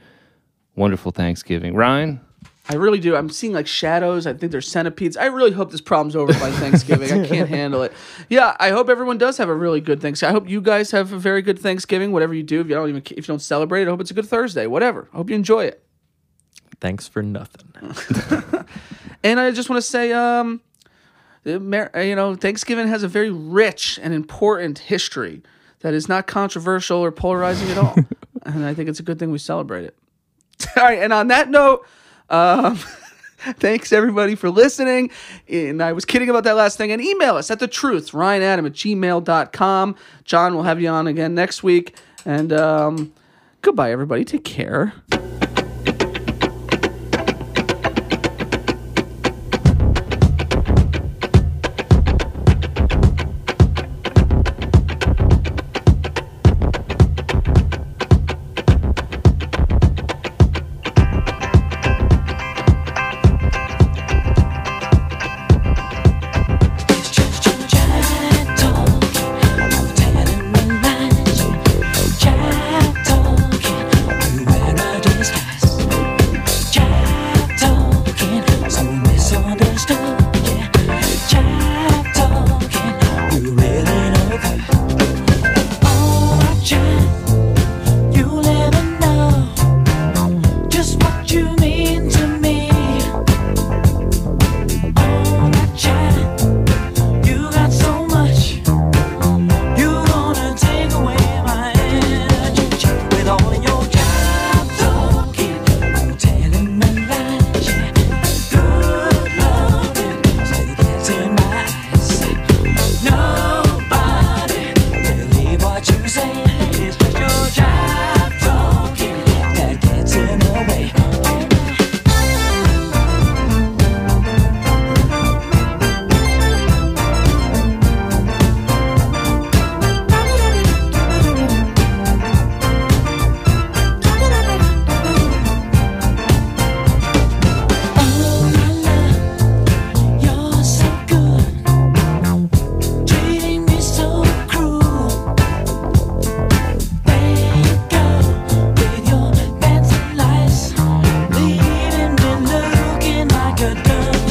S2: wonderful Thanksgiving. Ryan,
S3: I really do. I'm seeing like shadows. I think they're centipedes. I really hope this problem's over by Thanksgiving. I can't handle it. Yeah, I hope everyone does have a really good Thanksgiving. I hope you guys have a very good Thanksgiving. Whatever you do, if you don't even if you don't celebrate it, I hope it's a good Thursday. Whatever. I hope you enjoy it.
S4: Thanks for nothing.
S3: And I just want to say, um, the Amer- uh, you know, Thanksgiving has a very rich and important history that is not controversial or polarizing at all. and I think it's a good thing we celebrate it. all right. And on that note, um, thanks everybody for listening. And I was kidding about that last thing. And email us at the truth, ryanadam at gmail.com. John will have you on again next week. And um, goodbye, everybody. Take care.
S1: Just what you mean to me. Oh, that child. You got so much. You wanna take away my energy with all your job talking, telling me lies, good loving, so that's in my eyes. Nobody believe what you say. It's just your job talking that gets in the way. Oh la la, you're so good, treating me so cruel. There you go with your fancy lies, leaving me looking like a dumb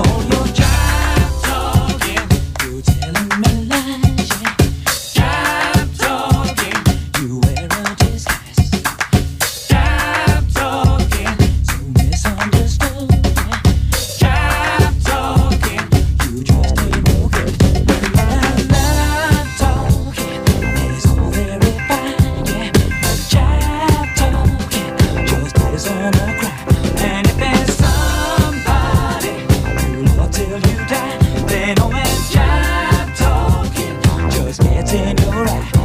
S1: Oh, you're just talking, you're telling me lies. Just talking, you wear a disguise. Just talking, so misunderstood. Just talking, you just ain't no good. In your eye.